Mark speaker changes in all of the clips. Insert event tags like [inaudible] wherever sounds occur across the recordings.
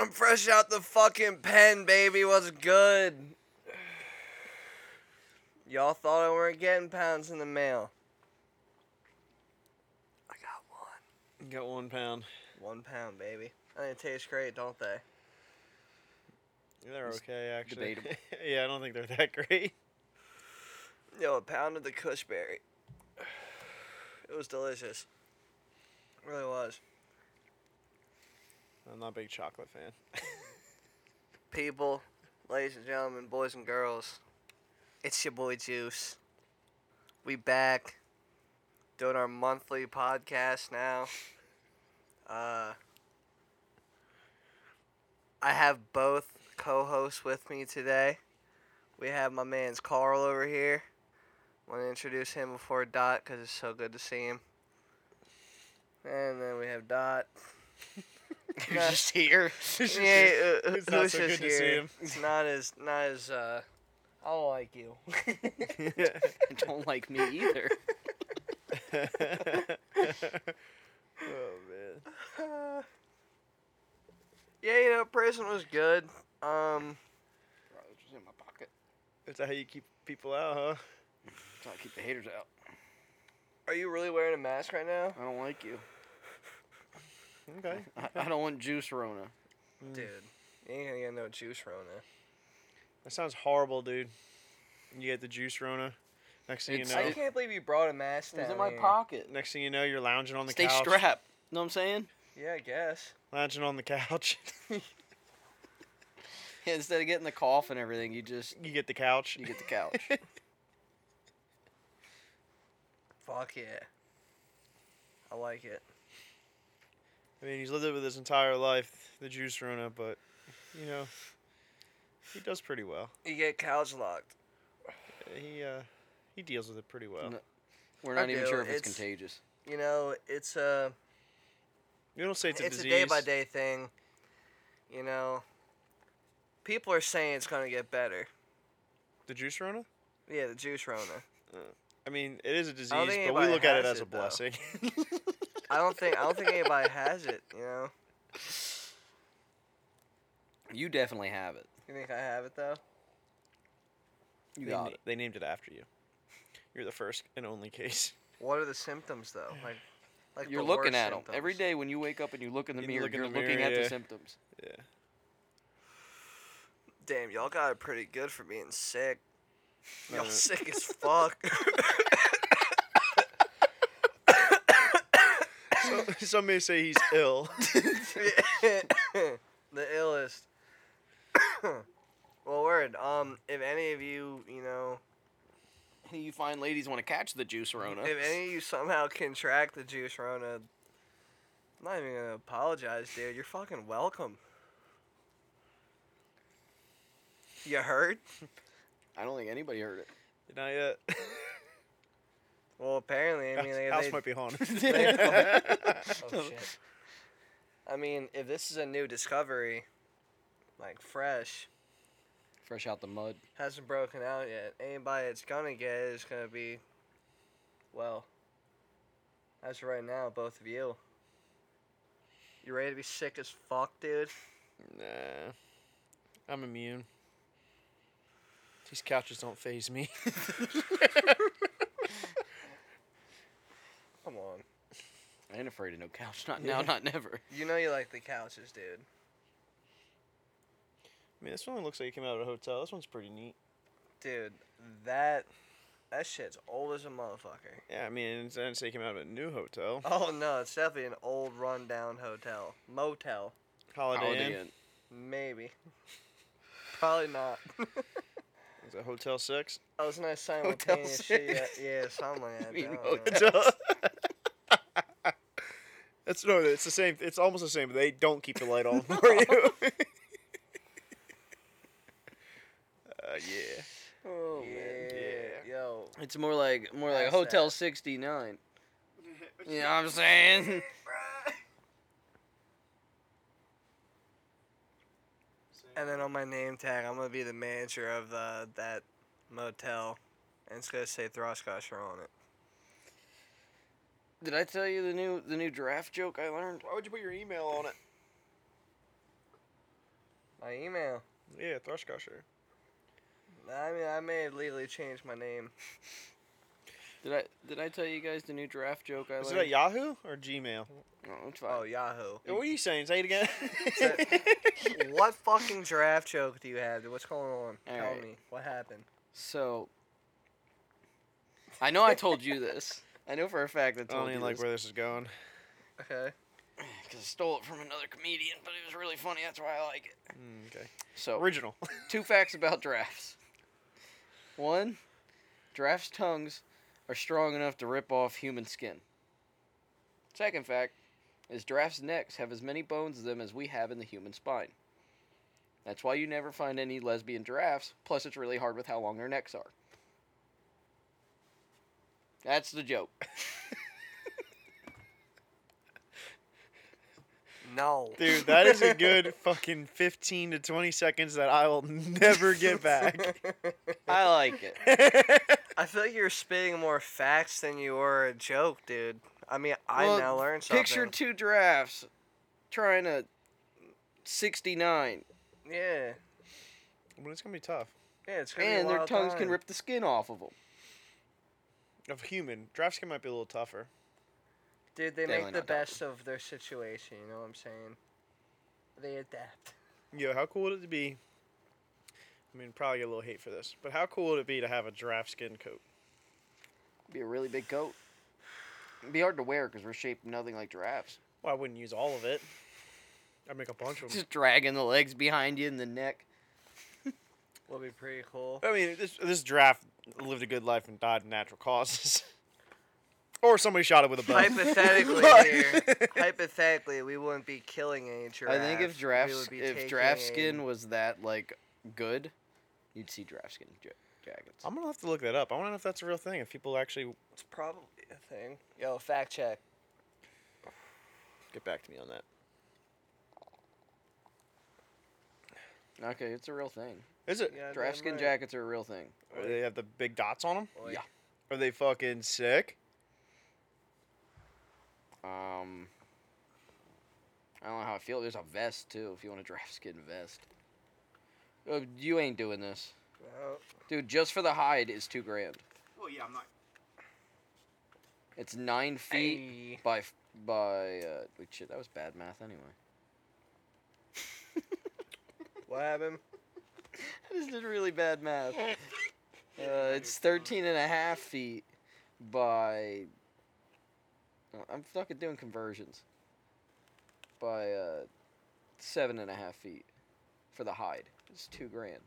Speaker 1: I'm fresh out the fucking pen, baby. What's good? Y'all thought I weren't getting pounds in the mail. I got one.
Speaker 2: Got one pound.
Speaker 1: One pound, baby. And they taste great, don't they?
Speaker 2: They're
Speaker 3: It's
Speaker 2: okay, actually.
Speaker 3: debatable.
Speaker 2: [laughs] yeah, I don't think they're that great.
Speaker 1: Yo, a pound of the Cushberry. It was delicious. It really was.
Speaker 2: I'm not a big chocolate fan.
Speaker 1: People, ladies and gentlemen, boys and girls, it's your boy Juice. We back doing our monthly podcast now. Uh, I have both co-hosts with me today. We have my man's Carl over here. Want to introduce him before Dot because it's so good to see him. And then we have Dot.
Speaker 3: [laughs] You're
Speaker 2: [laughs]
Speaker 3: just here.
Speaker 1: Yeah, uh,
Speaker 2: It's not
Speaker 1: who's
Speaker 2: so
Speaker 1: just
Speaker 2: good to see
Speaker 1: here?
Speaker 2: him.
Speaker 1: It's [laughs] not as not as uh, I don't like you. [laughs]
Speaker 3: [laughs] don't like me either.
Speaker 2: oh man.
Speaker 1: yeah, you know, prison was good. Um,
Speaker 3: Which is in my pocket.
Speaker 2: [laughs] That's how you keep people out, huh?
Speaker 3: So I keep the haters out.
Speaker 1: are you really wearing a mask right now,
Speaker 3: I don't like you.
Speaker 2: Okay.
Speaker 3: I, I don't want juice Rona.
Speaker 2: [laughs] Hmm.
Speaker 1: dude? You ain't gonna get no juice, Rona.
Speaker 2: That sounds horrible, dude. You get the juice Rona. Next thing
Speaker 3: It's-
Speaker 2: you know,
Speaker 1: I can't believe you brought a mask
Speaker 3: It was
Speaker 1: down
Speaker 3: in my
Speaker 1: here.
Speaker 3: pocket.
Speaker 2: next thing you know, you're lounging on the
Speaker 3: Stay
Speaker 2: couch.
Speaker 3: strapped. Know what I'm saying?
Speaker 1: Yeah, I guess.
Speaker 2: Lounging on the couch.
Speaker 3: [laughs]
Speaker 2: [laughs]
Speaker 3: Yeah, instead of getting the cough and everything, you just
Speaker 2: you get the couch.
Speaker 3: you get
Speaker 2: [laughs]
Speaker 3: the couch.
Speaker 1: Fuck yeah. I like it.
Speaker 2: I mean, he's lived it with his entire life, the juice Rona, but you know, he does pretty well.
Speaker 1: You get couch locked.
Speaker 2: He uh, he deals with it pretty well.
Speaker 3: No. We're not
Speaker 1: I
Speaker 3: even
Speaker 1: do,
Speaker 3: sure if it's,
Speaker 1: it's-
Speaker 3: contagious.
Speaker 1: You know, it's a
Speaker 2: You don't say it's a
Speaker 1: it's a
Speaker 2: disease.
Speaker 1: day by day thing. You know, people are saying it's gonna get better.
Speaker 2: The juice Rona.
Speaker 1: Yeah, the juice Rona.
Speaker 2: I mean, it is a disease,
Speaker 1: think
Speaker 2: but we
Speaker 1: anybody
Speaker 2: look at it
Speaker 1: has
Speaker 2: as a
Speaker 1: it, though.
Speaker 2: blessing. [laughs]
Speaker 1: I don't think I don't think anybody has it. You know,
Speaker 3: You definitely have it.
Speaker 1: you think I have it though?
Speaker 3: You
Speaker 2: they,
Speaker 3: got
Speaker 2: na-
Speaker 3: it.
Speaker 2: they named it after you. You're the first and only case.
Speaker 1: What are the symptoms though? Like, like
Speaker 3: you're
Speaker 1: the
Speaker 3: looking
Speaker 1: worst
Speaker 3: at them
Speaker 1: symptoms.
Speaker 3: every day when you wake up and you look in the
Speaker 2: You
Speaker 3: mirror.
Speaker 2: look in
Speaker 3: you're
Speaker 2: the mirror,
Speaker 3: looking at the
Speaker 2: yeah.
Speaker 3: symptoms.
Speaker 2: Yeah.
Speaker 1: Damn, y'all got it pretty good for being sick. Y'all
Speaker 2: Uh,
Speaker 1: sick
Speaker 3: [laughs]
Speaker 1: as fuck. [laughs]
Speaker 2: Some, [laughs] some may say he's
Speaker 1: [laughs]
Speaker 2: ill.
Speaker 1: the illest. [coughs] well, word. Um, if any of you, you know,
Speaker 3: And you find ladies want to catch the juice Rona.
Speaker 1: if any of you somehow contract the juice Rona, I'm not even gonna apologize, dude. You're fucking welcome. You heard?
Speaker 3: I don't think anybody heard it.
Speaker 2: Not yet.
Speaker 1: Well, apparently, I mean, they,
Speaker 2: House
Speaker 1: [laughs] they-
Speaker 2: might be haunted. [laughs]
Speaker 1: Oh shit. I mean, if this is a new discovery, like fresh,
Speaker 3: Fresh out the mud.
Speaker 1: hasn't broken out yet, anybody that's gonna get it is gonna be, well, as of right now, both of you. You ready to be sick as fuck, dude?
Speaker 2: Nah. I'm immune. These couches don't phase me.
Speaker 1: Come on.
Speaker 3: I ain't afraid of no couch. [laughs] Not now, not never.
Speaker 1: You know you like the couches, dude.
Speaker 2: I mean, this one looks like it came out of a hotel. This one's pretty neat.
Speaker 1: Dude, that that shit's old as a motherfucker. [laughs]
Speaker 2: Yeah, I mean, it's, and it's it came out of a new hotel.
Speaker 1: Oh no, it's definitely an old rundown hotel. Motel.
Speaker 2: Holiday, Inn.
Speaker 3: Holiday Inn.
Speaker 1: Maybe. [laughs] Probably not. [laughs]
Speaker 2: Is that Hotel [laughs] 6?
Speaker 1: Oh, it's not
Speaker 3: Hotel
Speaker 1: simultaneous shit. Yeah, yeah, something like that.
Speaker 3: You
Speaker 1: I don't
Speaker 3: know,
Speaker 1: know.
Speaker 3: it's
Speaker 2: That's no, it's the same. It's almost the same, but they don't keep the light [laughs] on for you. uh, Uh, yeah.
Speaker 3: Oh,
Speaker 1: yeah,
Speaker 2: yeah.
Speaker 1: yo.
Speaker 3: It's more like more like
Speaker 1: That's
Speaker 3: Hotel
Speaker 1: that.
Speaker 3: 69. You know what
Speaker 2: [laughs]
Speaker 3: I'm saying?
Speaker 1: And then on my name tag, I'm gonna be the manager of the that motel, and it's gonna say Throskosher on it.
Speaker 3: Did I tell you the new the new giraffe joke I learned?
Speaker 2: Why would you put your email on it?
Speaker 1: My email.
Speaker 2: Yeah, Thrush Crusher.
Speaker 1: I mean, I may have legally changed my name.
Speaker 3: Did I did I tell you guys the new draft joke I
Speaker 2: Is it at
Speaker 3: learned?
Speaker 2: Yahoo or Gmail?
Speaker 3: No, it's fine.
Speaker 1: Oh, Yahoo.
Speaker 2: What are you saying? Say it [laughs] again.
Speaker 1: what fucking draft joke do you have? dude? What's going on? Tell
Speaker 3: Alright.
Speaker 1: me. What happened?
Speaker 3: So I know I told you this. [laughs] I know for a fact I
Speaker 2: I
Speaker 3: told
Speaker 2: don't
Speaker 3: you
Speaker 2: even like
Speaker 3: this
Speaker 2: where this is going.
Speaker 1: Okay.
Speaker 3: because I stole it from another comedian, but it was really funny. That's why I like it.
Speaker 2: Mm, okay.
Speaker 3: So
Speaker 2: [laughs] Original.
Speaker 3: two facts about giraffes. One, giraffes' tongues are strong enough to rip off human skin. Second fact is giraffes' necks have as many bones in them as we have in the human spine. That's why you never find any lesbian giraffes, plus, it's really hard with how long their necks are. That's the joke.
Speaker 1: No.
Speaker 2: Dude,
Speaker 1: [laughs]
Speaker 2: that is a good fucking 15 to 20 seconds that I will [laughs] never get [laughs] back.
Speaker 3: I like it. [laughs]
Speaker 1: I feel like you're spitting more facts than you were a joke, dude. I mean, I
Speaker 3: Well,
Speaker 1: now learned something.
Speaker 3: Picture two giraffes trying to 69,
Speaker 1: Yeah.
Speaker 2: but it's going to be tough.
Speaker 1: Yeah, it's gonna be a
Speaker 3: and their
Speaker 1: wild
Speaker 3: tongues can
Speaker 1: time.
Speaker 3: rip the skin off of them.
Speaker 2: Of human, draft skin might be a little tougher.
Speaker 1: Dude, they
Speaker 3: Definitely
Speaker 1: make the
Speaker 3: not that
Speaker 1: best of their situation. You know what I'm saying? They adapt.
Speaker 2: Yo, how cool would it be? I mean, probably get a little hate for this, but how cool would it be to have a giraffe skin coat?
Speaker 3: Be a really big coat. It'd be hard to wear because we're shaped nothing like giraffes.
Speaker 2: Well, I wouldn't use all of it. I'd make a bunch of them.
Speaker 3: [laughs] Just dragging the legs behind you and the neck.
Speaker 1: Will be pretty
Speaker 2: [laughs]
Speaker 1: cool.
Speaker 2: I mean, this this giraffe lived a good life and died of natural causes, or somebody shot it with a bow.
Speaker 1: Hypothetically,
Speaker 2: But-
Speaker 1: here, hypothetically, we wouldn't be killing any giraffe.
Speaker 3: I think if
Speaker 1: we
Speaker 3: giraffes,
Speaker 1: would be
Speaker 3: if
Speaker 1: taking
Speaker 3: giraffe
Speaker 1: a-
Speaker 3: skin was that like good, you'd see giraffe skin ja- jackets.
Speaker 2: I'm gonna have to look that up. I want to know if that's a real thing. If people actually
Speaker 1: it's probably a thing. Yo, fact check.
Speaker 2: get back to me on that.
Speaker 3: Okay, it's a real thing.
Speaker 2: Is it?
Speaker 1: Yeah,
Speaker 3: Giraffe skin
Speaker 1: right.
Speaker 3: jackets are a real thing.
Speaker 2: Or they have the big dots on them.
Speaker 1: Boy.
Speaker 3: Yeah.
Speaker 2: Are they fucking sick?
Speaker 3: Um, I don't know how I feel. There's a vest too. If you want a [laughs] giraffe skin vest, oh, you ain't doing this,
Speaker 1: No.
Speaker 3: dude. Just for the hide is two grand.
Speaker 4: Well, yeah, I'm not.
Speaker 3: It's nine feet.
Speaker 1: Hey.
Speaker 3: By f- by uh, wait, shit, that was bad math anyway. [laughs]
Speaker 1: What happened?
Speaker 3: I just did really bad math. Uh, it's 13 and a half feet by. Uh, I'm fucking doing conversions. By uh, seven and a half feet for the hide. It's two grand.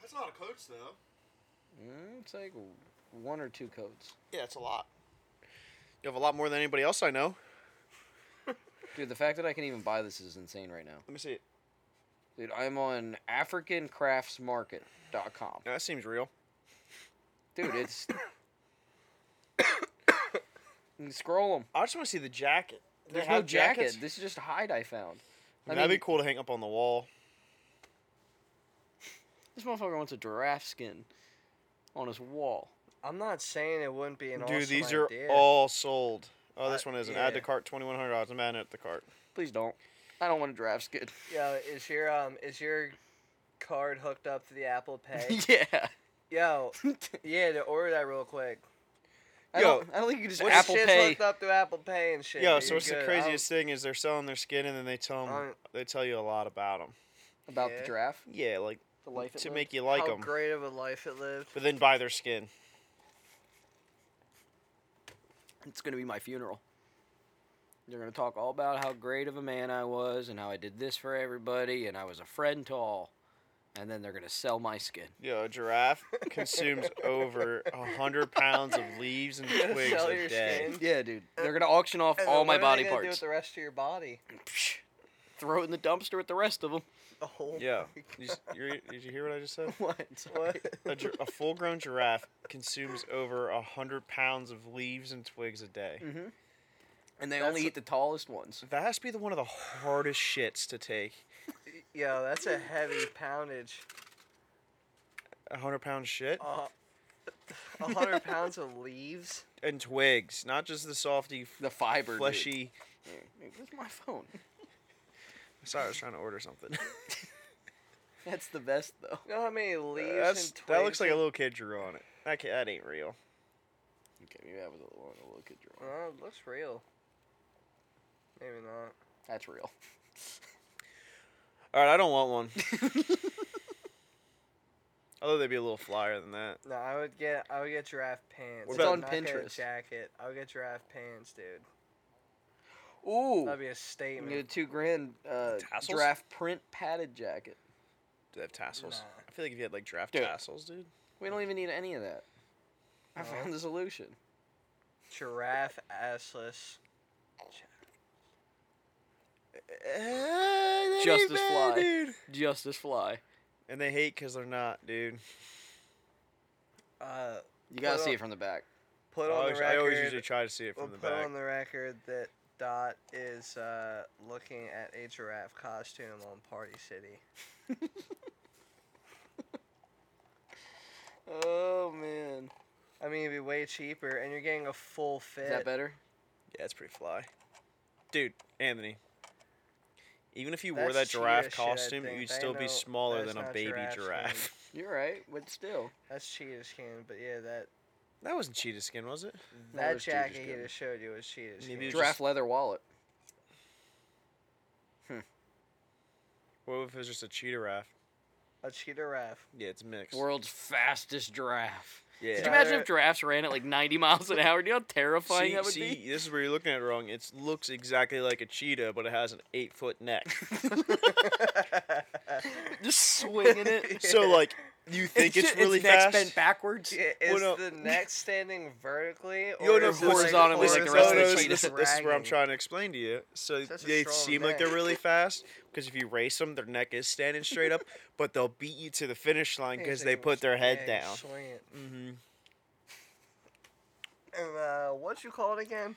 Speaker 4: That's a lot of coats, though.
Speaker 3: Mm, it's like one or two coats.
Speaker 2: Yeah, it's a lot. You have a lot more than anybody else I know.
Speaker 3: Dude, the fact that I can even buy this is insane right now.
Speaker 2: Let me see it.
Speaker 3: Dude, I'm on AfricanCraftsMarket.com.
Speaker 2: No, that seems real.
Speaker 3: Dude, it's. [coughs] You can scroll them.
Speaker 2: I just want to see the jacket. Do they
Speaker 3: There's no
Speaker 2: have
Speaker 3: jacket.
Speaker 2: jackets?
Speaker 3: This is just a hide I found. I
Speaker 2: That'd
Speaker 3: mean,
Speaker 2: be cool to hang up on the wall.
Speaker 3: this motherfucker wants a giraffe skin on his wall.
Speaker 1: I'm not saying it wouldn't be an
Speaker 2: Dude,
Speaker 1: awesome
Speaker 2: these are
Speaker 1: idea.
Speaker 2: all sold. Oh, this
Speaker 1: I-
Speaker 2: one isn't. Add to
Speaker 1: yeah.
Speaker 2: cart twenty one hundred dollars. I'm adding it to cart.
Speaker 3: Please don't. I don't want a giraffe skin.
Speaker 1: Yo, is your um is your card hooked up to the Apple Pay?
Speaker 3: [laughs]
Speaker 2: [laughs]
Speaker 3: yeah.
Speaker 1: Yo,
Speaker 3: I,
Speaker 1: yeah, to order that real quick.
Speaker 2: Yo,
Speaker 3: don't, I don't think you can just
Speaker 1: What
Speaker 3: Apple
Speaker 1: shit's
Speaker 3: Pay.
Speaker 1: hooked up to Apple Pay and shit?
Speaker 2: Yo,
Speaker 1: dude?
Speaker 2: so what's the
Speaker 1: Good.
Speaker 2: craziest thing is they're selling their skin and then they tell 'em-
Speaker 1: I'm-
Speaker 2: they tell you a lot about them.
Speaker 3: About
Speaker 1: Yeah.
Speaker 3: the giraffe?
Speaker 2: Yeah, like
Speaker 3: The life it
Speaker 2: to
Speaker 3: lived?
Speaker 2: make you
Speaker 1: How,
Speaker 2: like
Speaker 1: how
Speaker 2: them,
Speaker 1: great of a life it lived.
Speaker 2: but then buy their skin.
Speaker 3: It's going to be my funeral. They're going to talk all about how great of a man I was and how I did this for everybody and I was a friend to all. And then they're going to sell my skin.
Speaker 2: Yo, a giraffe consumes [laughs] over a hundred pounds of leaves and
Speaker 1: [laughs] Sell
Speaker 2: twigs
Speaker 1: your
Speaker 2: a day.
Speaker 1: skin.
Speaker 3: Yeah, dude. They're going to auction off
Speaker 1: And
Speaker 3: all
Speaker 1: then
Speaker 3: my
Speaker 1: what
Speaker 3: body
Speaker 1: are they gonna Do with
Speaker 3: parts.
Speaker 1: the rest of your body. [laughs]
Speaker 3: Psh, Throw it in the dumpster with the rest of them.
Speaker 1: Oh [laughs]
Speaker 2: Yeah.
Speaker 1: my
Speaker 2: You, s- you're, did you hear what I just said?
Speaker 3: [laughs] What?
Speaker 1: What?
Speaker 2: A, gir- a full-grown giraffe consumes over a hundred pounds of leaves and twigs a day.
Speaker 3: hmm And they
Speaker 1: That's
Speaker 3: only
Speaker 1: a-
Speaker 3: eat the tallest ones.
Speaker 1: Mm.
Speaker 2: That has to be the one of the hardest shits to take.
Speaker 1: Yo, that's a heavy poundage.
Speaker 2: A hundred pound shit
Speaker 1: Uh, a
Speaker 2: [laughs]
Speaker 1: hundred pounds of leaves.
Speaker 2: and twigs, not just the softy,
Speaker 3: The fiber. dude.
Speaker 2: fleshy.
Speaker 3: Yeah. Where's my phone?
Speaker 2: Sorry, I was trying to order something.
Speaker 3: [laughs] That's the best though.
Speaker 1: You know how many [laughs] leaves
Speaker 2: That's,
Speaker 1: and twigs
Speaker 2: that looks like
Speaker 1: it-
Speaker 2: a little kid drew on it. That, ca- that ain't real.
Speaker 3: Okay, maybe that was a little, a little kid drawing.
Speaker 1: Oh, it looks real. Maybe not.
Speaker 3: That's real.
Speaker 2: All right, I don't want one. Although they'd be a little flyer than that.
Speaker 1: No, I would get I would get giraffe pants.
Speaker 2: What
Speaker 1: I'm not
Speaker 2: about-
Speaker 3: It's on
Speaker 1: getting a
Speaker 3: Pinterest.
Speaker 1: jacket. I would get giraffe pants, dude.
Speaker 3: [laughs] Ooh,
Speaker 1: That'd be a
Speaker 3: you
Speaker 1: statement.
Speaker 3: get a two grand uh,
Speaker 2: Tassels?
Speaker 3: draft print padded jacket.
Speaker 2: Do they have tassels?
Speaker 1: Nah.
Speaker 2: I feel like if you had like draft
Speaker 3: Dude.
Speaker 2: tassels, dude.
Speaker 3: We don't even need any of that. I
Speaker 1: No.
Speaker 3: found the solution.
Speaker 1: Giraffe assless. Eh,
Speaker 3: Just ain't as bad, fly. Justice fly.
Speaker 2: And they hate because they're not, dude.
Speaker 1: Uh,
Speaker 3: You gotta
Speaker 1: Put
Speaker 3: see
Speaker 1: on-
Speaker 3: it from the back.
Speaker 2: I
Speaker 1: put on
Speaker 2: always,
Speaker 1: the
Speaker 2: I
Speaker 1: record.
Speaker 2: always usually try to see it
Speaker 1: we'll
Speaker 2: from the
Speaker 1: put
Speaker 2: back.
Speaker 1: on the record that Dot is uh, looking at a giraffe costume on Party City.
Speaker 3: Oh man,
Speaker 1: I mean, it'd be way cheaper, and you're getting a full fit.
Speaker 3: is that better?
Speaker 2: Yeah, it's pretty fly, dude. Anthony, even if you wore that
Speaker 1: That's
Speaker 2: giraffe
Speaker 1: cheetah shit, I
Speaker 2: costume,
Speaker 1: think.
Speaker 2: you'd
Speaker 1: They
Speaker 2: still be
Speaker 1: know
Speaker 2: smaller
Speaker 1: that's
Speaker 2: than a
Speaker 1: not
Speaker 2: baby
Speaker 1: giraffe
Speaker 2: giraffe. [laughs]
Speaker 1: skin.
Speaker 3: You're right, but still,
Speaker 1: That's cheetah skin, but yeah, that
Speaker 2: That wasn't cheetah skin, was it?
Speaker 1: that
Speaker 3: was cheetah
Speaker 1: jacket he
Speaker 3: skin.
Speaker 1: just showed you was cheetah skin.
Speaker 2: Maybe It was
Speaker 3: giraffe
Speaker 2: just-
Speaker 3: leather wallet.
Speaker 2: What if it was just a cheetah raff?
Speaker 1: a cheetah raff.
Speaker 2: Yeah, it's mixed.
Speaker 3: World's fastest giraffe.
Speaker 2: yeah.
Speaker 3: Could you imagine if giraffes ran at like 90 miles an hour? Do you know how terrifying
Speaker 2: see,
Speaker 3: that would
Speaker 2: see, this is where you're looking at it wrong. It looks exactly like a cheetah, but it has an eight
Speaker 1: [laughs]
Speaker 2: foot neck.
Speaker 3: be? [laughs] Just swinging [laughs]
Speaker 1: [laughs]
Speaker 3: it.
Speaker 2: so like, you think it's,
Speaker 3: ju-
Speaker 2: really
Speaker 3: its neck's
Speaker 2: fast?
Speaker 3: bent backwards.
Speaker 1: Yeah, is
Speaker 2: no.
Speaker 1: the neck standing vertically
Speaker 2: You
Speaker 1: or
Speaker 2: know,
Speaker 1: is it like
Speaker 3: horizontally like the rest of the
Speaker 1: horizontally
Speaker 2: this,
Speaker 3: cheetah.
Speaker 2: this,
Speaker 1: just
Speaker 2: this is where I'm
Speaker 1: ragging?
Speaker 2: trying to explain to you. So
Speaker 1: Such a
Speaker 2: they
Speaker 1: strong
Speaker 2: seem
Speaker 1: neck.
Speaker 2: like they're really fast because if you race them, their neck is standing straight
Speaker 1: [laughs]
Speaker 2: up, but they'll beat you to the finish line
Speaker 1: Yeah,
Speaker 2: because
Speaker 1: so
Speaker 2: they
Speaker 1: you
Speaker 2: put their head
Speaker 1: yeah, you
Speaker 2: down.
Speaker 1: Swing it.
Speaker 2: Mm-hmm.
Speaker 1: And uh, what you call it again?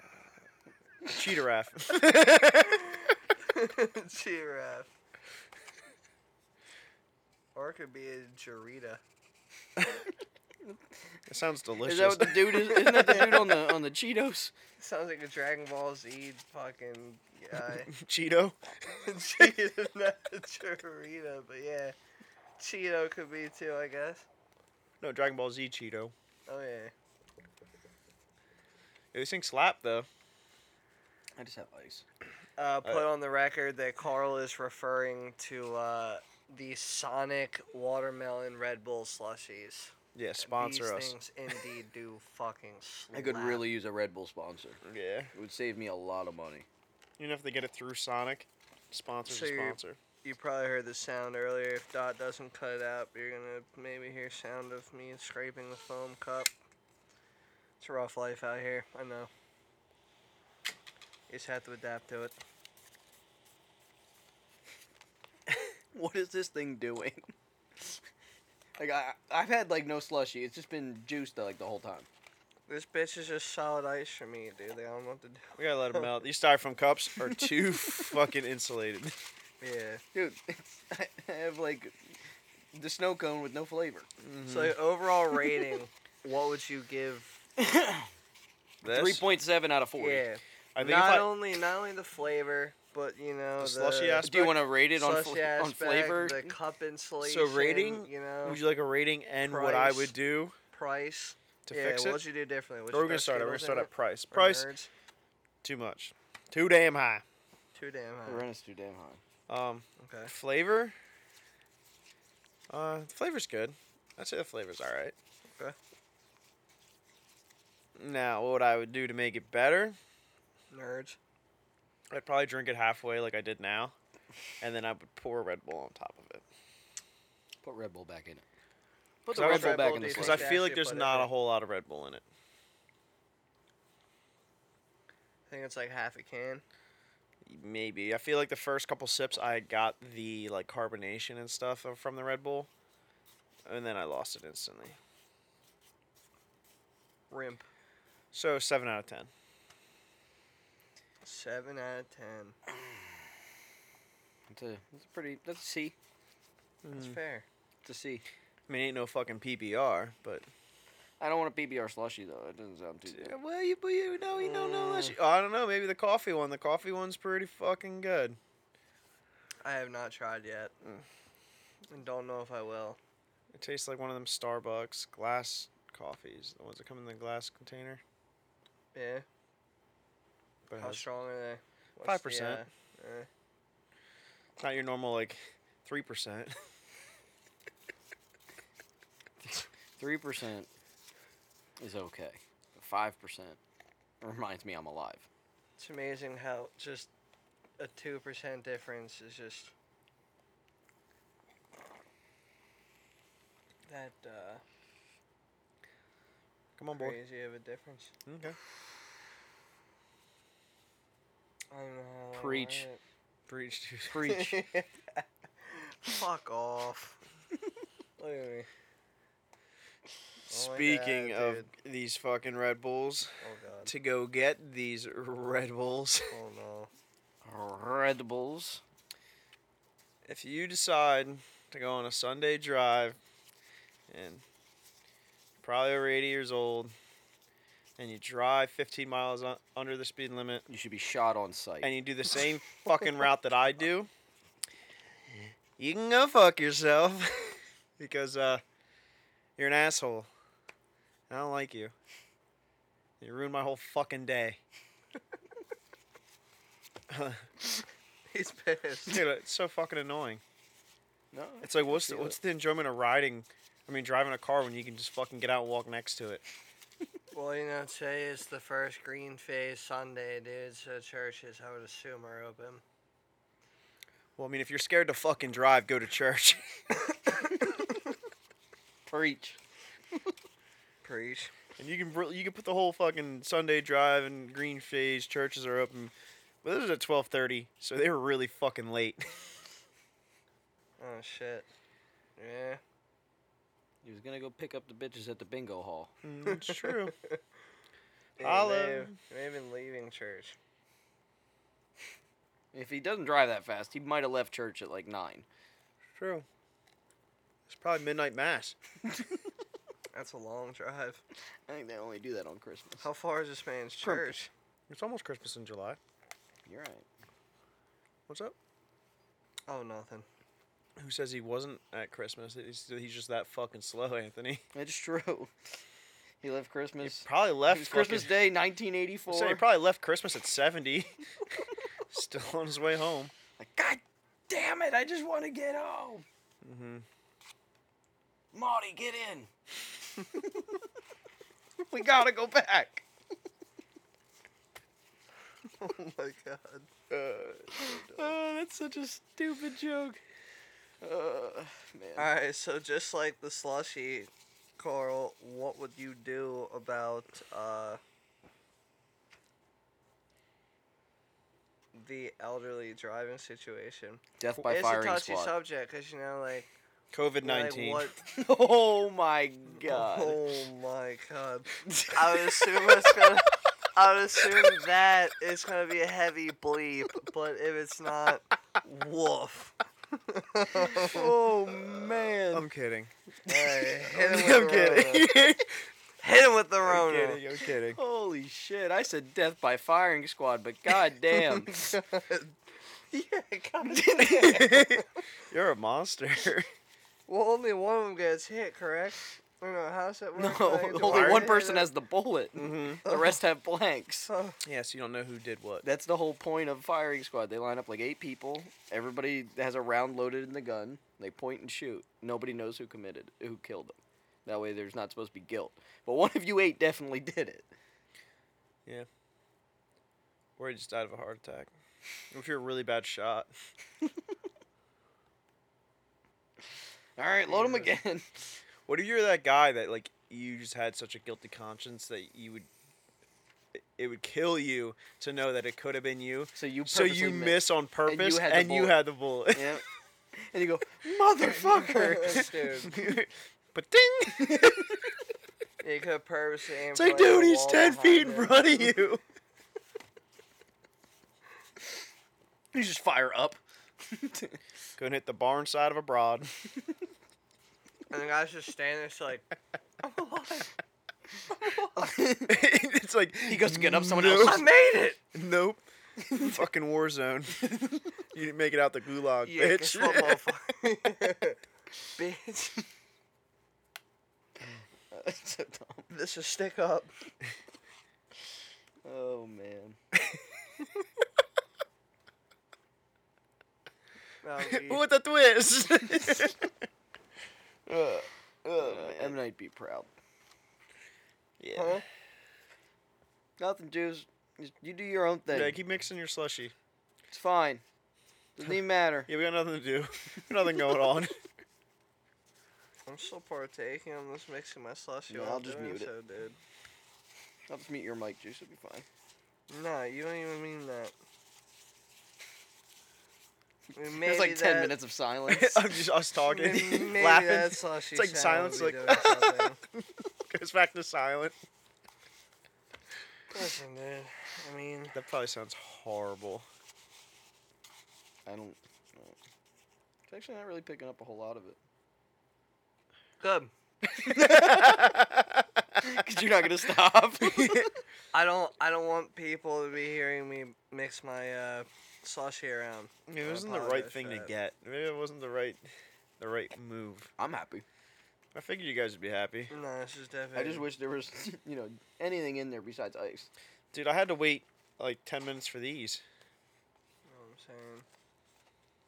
Speaker 1: [laughs]
Speaker 2: Cheetah raff.
Speaker 1: [laughs]
Speaker 2: [laughs]
Speaker 1: giraffe. Or it could be a girita.
Speaker 2: It sounds delicious.
Speaker 3: Is that what the dude is? Isn't that the dude on the [laughs] on the Cheetos?
Speaker 1: Sounds like a Dragon Ball Z fucking guy.
Speaker 2: [laughs] Cheeto?
Speaker 1: [laughs] Cheeto, not a Dorito, but yeah. Cheeto could be too, I guess.
Speaker 2: No, Dragon Ball Z Cheeto.
Speaker 1: Oh yeah.
Speaker 2: It was thing slap though.
Speaker 3: I just have ice.
Speaker 1: Uh, put on the record that Carl is referring to uh, the Sonic Watermelon Red Bull slushies.
Speaker 2: Yeah, sponsor
Speaker 1: These
Speaker 2: us.
Speaker 1: things indeed do fucking slap.
Speaker 3: I could really use a Red Bull sponsor.
Speaker 2: Yeah.
Speaker 3: It would save me a lot of money.
Speaker 2: You know if they get it through Sonic, sponsor
Speaker 1: So
Speaker 2: to
Speaker 1: you're-
Speaker 2: sponsor.
Speaker 1: You probably heard the sound earlier. If Dot doesn't cut it out, you're gonna maybe hear sound of me scraping the foam cup. It's a rough life out here. I know. You just have to adapt to it.
Speaker 3: What is this thing doing? [laughs] like I, I've had like no slushy. It's just been juiced like the whole time.
Speaker 1: This bitch is just solid ice for me, dude. I don't know what to do.
Speaker 2: We gotta let them melt. These styrofoam cups
Speaker 1: [laughs]
Speaker 2: are too fucking insulated.
Speaker 1: Yeah.
Speaker 3: Dude, [laughs] it's, I have like the snow cone with no [laughs] flavor.
Speaker 2: Mm-hmm.
Speaker 1: So overall rating, what would you give?
Speaker 2: This?
Speaker 3: Three point seven out of four.
Speaker 1: Yeah.
Speaker 2: I think if
Speaker 1: Not
Speaker 2: I-
Speaker 1: only not only the flavor, but you know
Speaker 2: The
Speaker 1: the,
Speaker 2: slushy aspect?
Speaker 3: Do you want to rate it on
Speaker 1: slushy
Speaker 3: fl-
Speaker 1: aspect,
Speaker 3: on flavor?
Speaker 1: the cup insulation.
Speaker 2: rating,
Speaker 1: you know,
Speaker 2: Would you like a rating and what I
Speaker 1: Price.
Speaker 2: would do
Speaker 1: price.
Speaker 2: to
Speaker 1: yeah,
Speaker 2: fix
Speaker 1: what'd
Speaker 2: it?
Speaker 1: you do differently? Would
Speaker 2: Or
Speaker 1: you
Speaker 2: we're gonna
Speaker 1: throw
Speaker 2: start. at- We're gonna
Speaker 1: Skittles
Speaker 2: start
Speaker 1: in
Speaker 2: at price.
Speaker 1: Or
Speaker 2: Price
Speaker 1: Nerds?
Speaker 2: too much, too damn high.
Speaker 1: Too damn
Speaker 3: The
Speaker 1: high.
Speaker 3: rent is too damn high.
Speaker 2: Um,
Speaker 1: Okay.
Speaker 2: flavor. Uh, the flavor's good. I'd say the flavor's all right.
Speaker 1: Okay.
Speaker 2: Now, what I would do to make it better,
Speaker 1: Nerds.
Speaker 2: I'd probably drink it halfway like I did now, and then I would pour Red Bull on top of it
Speaker 3: Put Red Bull back in it. Put
Speaker 2: I
Speaker 3: the
Speaker 2: don't know
Speaker 3: Red Bull
Speaker 2: if
Speaker 1: Red
Speaker 3: back
Speaker 1: Bull
Speaker 3: in the
Speaker 1: do
Speaker 2: because
Speaker 1: you
Speaker 2: I
Speaker 1: think
Speaker 3: slushy.
Speaker 2: feel
Speaker 1: actually
Speaker 2: like there's
Speaker 1: put it
Speaker 2: not a
Speaker 1: in?
Speaker 2: whole lot of Red Bull in it.
Speaker 1: I think it's like half a can.
Speaker 2: Maybe I feel like the first couple sips I got the like carbonation and stuff of- from the Red Bull, and then I lost it instantly.
Speaker 1: Rimp.
Speaker 2: So seven out of ten.
Speaker 1: Seven out of ten.
Speaker 3: It's a, it's a pretty. That's a C.
Speaker 2: Hmm.
Speaker 3: Mm.
Speaker 1: That's fair.
Speaker 3: It's a C.
Speaker 2: I mean, ain't no fucking PBR, but
Speaker 3: I don't want a PBR slushy though. It doesn't sound too
Speaker 2: Yeah, Hmm.
Speaker 3: good.
Speaker 2: well, you, but you know, you don't know unless
Speaker 3: Mm.
Speaker 2: you, oh, I don't know. Maybe the coffee one. The coffee one's pretty fucking good.
Speaker 1: I have not tried yet.
Speaker 2: Mm.
Speaker 1: And don't know if I will.
Speaker 2: It tastes like one of them Starbucks glass coffees, the ones that come in the glass container.
Speaker 1: Yeah.
Speaker 2: But it
Speaker 1: How
Speaker 2: has-
Speaker 1: strong are they? What's
Speaker 2: 5%.
Speaker 1: the, uh, uh,
Speaker 2: it's not your normal like three percent.
Speaker 3: Three percent is okay. Five percent reminds me I'm alive.
Speaker 1: it's amazing how just a 2% difference is just. That uh,
Speaker 2: Come on, boy.
Speaker 1: crazy of a difference.
Speaker 2: Okay.
Speaker 1: I don't know how I want
Speaker 3: Preach.
Speaker 1: it.
Speaker 2: [laughs] Preach, dude.
Speaker 3: Preach.
Speaker 1: [laughs] Fuck
Speaker 2: [laughs]
Speaker 1: off. Look at me. Oh
Speaker 2: Oh Speaking
Speaker 1: that,
Speaker 2: of these fucking Red Bulls,
Speaker 1: Oh god.
Speaker 2: to go get these Red Bulls. [laughs]
Speaker 1: Oh no.
Speaker 3: Red Bulls.
Speaker 2: If you decide to go on a Sunday drive and probably over 80 years old and you drive 15 miles un- under the speed limit
Speaker 3: You should be shot on sight.
Speaker 2: and you do the same fucking route that I do, you can go fuck yourself [laughs] because uh, you're an asshole. I don't like you. You ruined my whole fucking day. [laughs]
Speaker 1: He's
Speaker 2: [laughs]
Speaker 1: pissed.
Speaker 2: Dude, it's so fucking annoying.
Speaker 3: no.
Speaker 2: It's like what's the,
Speaker 3: Feel
Speaker 2: what's
Speaker 3: it.
Speaker 2: the enjoyment of riding? I mean, driving a car when you can just fucking get out and walk next to it.
Speaker 1: Well, you know, today is the first green phase Sunday, dude, so churches, I would assume, are open.
Speaker 2: Well, I mean, if you're scared to fucking drive, go to church. [laughs]
Speaker 3: Preach.
Speaker 1: [coughs] Preach.
Speaker 2: and you can br- you can put the whole fucking Sunday drive and green phase churches are open. But this is at 12:30, so they were really fucking late.
Speaker 1: Oh, shit. Yeah.
Speaker 3: He was gonna go pick up the bitches at the bingo hall.
Speaker 2: [laughs] Mm, It's [laughs] true.
Speaker 1: Dude,
Speaker 2: Holla.
Speaker 1: They've, they've been leaving church.
Speaker 3: If he doesn't drive that fast, he might have left church at like nine.
Speaker 2: true. It's probably midnight mass.
Speaker 1: That's a long drive.
Speaker 3: I think they only do that on Christmas.
Speaker 1: How far is this man's
Speaker 3: Crimp.
Speaker 1: church?
Speaker 2: It's almost Christmas in July.
Speaker 3: You're right.
Speaker 2: What's up?
Speaker 1: Oh, nothing.
Speaker 2: Who says he wasn't at Christmas? He's, he's just that fucking slow, Anthony.
Speaker 3: It's true. He left
Speaker 2: He
Speaker 3: Christmas.
Speaker 2: probably
Speaker 3: It
Speaker 2: left [laughs]
Speaker 3: was Christmas
Speaker 2: fucking-
Speaker 3: Day,
Speaker 2: I'm saying
Speaker 3: 1984.
Speaker 2: he probably left Christmas at 70. [laughs] Still on his way home.
Speaker 3: like, God damn it! I just want to get home.
Speaker 2: Mm-hmm.
Speaker 3: Marty, get in. [laughs]
Speaker 2: We gotta go back.
Speaker 1: [laughs] Oh, my God.
Speaker 2: Uh,
Speaker 3: Oh, that's such a stupid joke. Uh, man.
Speaker 1: Alright, so just like the slushy, Carl, what would you do about uh, the elderly driving situation?
Speaker 3: Death by
Speaker 1: it's a
Speaker 3: firing
Speaker 1: touchy
Speaker 3: squad.
Speaker 1: subject because you know,
Speaker 2: [laughs]
Speaker 1: like,
Speaker 2: COVID
Speaker 1: like
Speaker 2: 19.
Speaker 1: [laughs] what?
Speaker 3: [laughs] oh my god.
Speaker 1: [laughs] Oh my god! I would assume it's gonna. I would assume that is gonna be a heavy bleep, but if it's not, woof.
Speaker 2: oh, man. I'm
Speaker 3: [laughs]
Speaker 2: kidding.
Speaker 1: Hey, hit
Speaker 2: [laughs] I'm
Speaker 1: him with the Rona.
Speaker 2: kidding.
Speaker 1: Hit him with the
Speaker 2: I'm
Speaker 1: Rona.
Speaker 2: kidding. I'm kidding.
Speaker 3: Holy shit! I said death by firing squad, but goddamn.
Speaker 1: yeah, god [laughs]
Speaker 2: [laughs] You're a
Speaker 3: [laughs]
Speaker 2: monster.
Speaker 1: Well, only one of them gets hit, correct? I don't know, how's that
Speaker 3: no, [laughs]
Speaker 1: work?
Speaker 3: only one person has the bullet.
Speaker 2: mm-hmm.
Speaker 3: The rest have blanks.
Speaker 1: Oh,
Speaker 2: Yeah, so you don't know who did what.
Speaker 3: That's the whole point of firing squad. They line up like eight people. Everybody has a round loaded in the gun. They point and shoot. Nobody knows who committed, who killed them. That way, there's not supposed to be guilt. But one of you eight definitely did it.
Speaker 2: Or he just died of a heart attack. If you're a really bad shot.
Speaker 3: All right, load them again.
Speaker 2: What if you're that guy that like you just had such a guilty conscience that you would it- it would kill you to know that it could have been you.
Speaker 3: [laughs] So you
Speaker 2: So you
Speaker 3: purposely
Speaker 2: miss on purpose
Speaker 3: had the
Speaker 2: and you
Speaker 3: bullet.
Speaker 2: had the bullet.
Speaker 3: [laughs] Yeah. And you go,
Speaker 1: [laughs]
Speaker 2: [laughs]
Speaker 3: motherfucker.
Speaker 1: dude.
Speaker 2: but ding!
Speaker 1: You could purposely aim
Speaker 2: It's
Speaker 1: for,
Speaker 2: like, dude,
Speaker 1: the
Speaker 2: he's
Speaker 1: wall
Speaker 2: 10 feet in
Speaker 1: behind him.
Speaker 2: front of you.
Speaker 3: [laughs]
Speaker 2: [laughs]
Speaker 3: you just fire [laughs] up.
Speaker 2: Couldn't hit the barn side of a broad. [laughs]
Speaker 1: "Oh, And the guy's just standing there, just like, I'm alive.
Speaker 2: it's like
Speaker 3: He goes to get up, someone
Speaker 2: nope,
Speaker 1: I made it.
Speaker 2: [laughs] Nope. [laughs] Fucking war zone. [laughs] you didn't make it out the gulag,
Speaker 1: Yeah, guess
Speaker 2: bitch.
Speaker 1: what,
Speaker 2: [laughs]
Speaker 1: motherfucker? bitch.
Speaker 3: [laughs] That's so dumb.
Speaker 1: This is stick up.
Speaker 3: Oh man.
Speaker 1: Oh, gee.
Speaker 2: With a twist.
Speaker 3: Uh, M Night be proud.
Speaker 2: [laughs] yeah.
Speaker 1: Huh?
Speaker 3: Nothing, Jews. Just- You do your own thing.
Speaker 2: Yeah, keep mixing your slushy.
Speaker 3: it's fine. Doesn't even
Speaker 2: [laughs]
Speaker 3: matter.
Speaker 2: Yeah, we got nothing to do. nothing going [laughs] on.
Speaker 1: I'm still partaking. I'm just mixing my slushie.
Speaker 3: No,
Speaker 1: while
Speaker 3: I'll
Speaker 1: I'm
Speaker 3: just
Speaker 1: doing
Speaker 3: mute it.
Speaker 1: so, dude.
Speaker 3: I'll just meet your mic, Juice. It'll be fine.
Speaker 1: No, you don't even mean that. I mean,
Speaker 3: There's like
Speaker 1: maybe
Speaker 3: ten
Speaker 1: that-
Speaker 3: minutes [laughs] of silence.
Speaker 2: I'm just us talking,
Speaker 1: Maybe
Speaker 2: [laughs]
Speaker 1: maybe
Speaker 2: laughing.
Speaker 1: that slushy
Speaker 2: It's like
Speaker 1: sound would
Speaker 2: silence.
Speaker 1: be
Speaker 2: Like
Speaker 1: doing something.
Speaker 2: [laughs] goes back to silent.
Speaker 1: Listen, dude. I mean,
Speaker 2: That probably sounds [laughs] horrible.
Speaker 3: I don't. no. It's actually not really picking up a whole
Speaker 2: [laughs]
Speaker 3: lot of it.
Speaker 1: good.
Speaker 3: Cause you're not gonna stop.
Speaker 2: [laughs]
Speaker 1: I don't. I don't want people to be hearing me mix my uh, slushy around.
Speaker 2: it
Speaker 1: I
Speaker 2: wasn't the right
Speaker 1: apologize
Speaker 2: thing
Speaker 1: for
Speaker 2: to
Speaker 1: that.
Speaker 2: get. Maybe it wasn't the right, the right move.
Speaker 3: I'm happy.
Speaker 2: I figured you guys would be happy,
Speaker 1: No, this is definitely.
Speaker 3: I just wish there was, [laughs] you know, anything in there besides ice.
Speaker 2: dude. I had to wait like ten minutes for these.
Speaker 1: You know what I'm saying.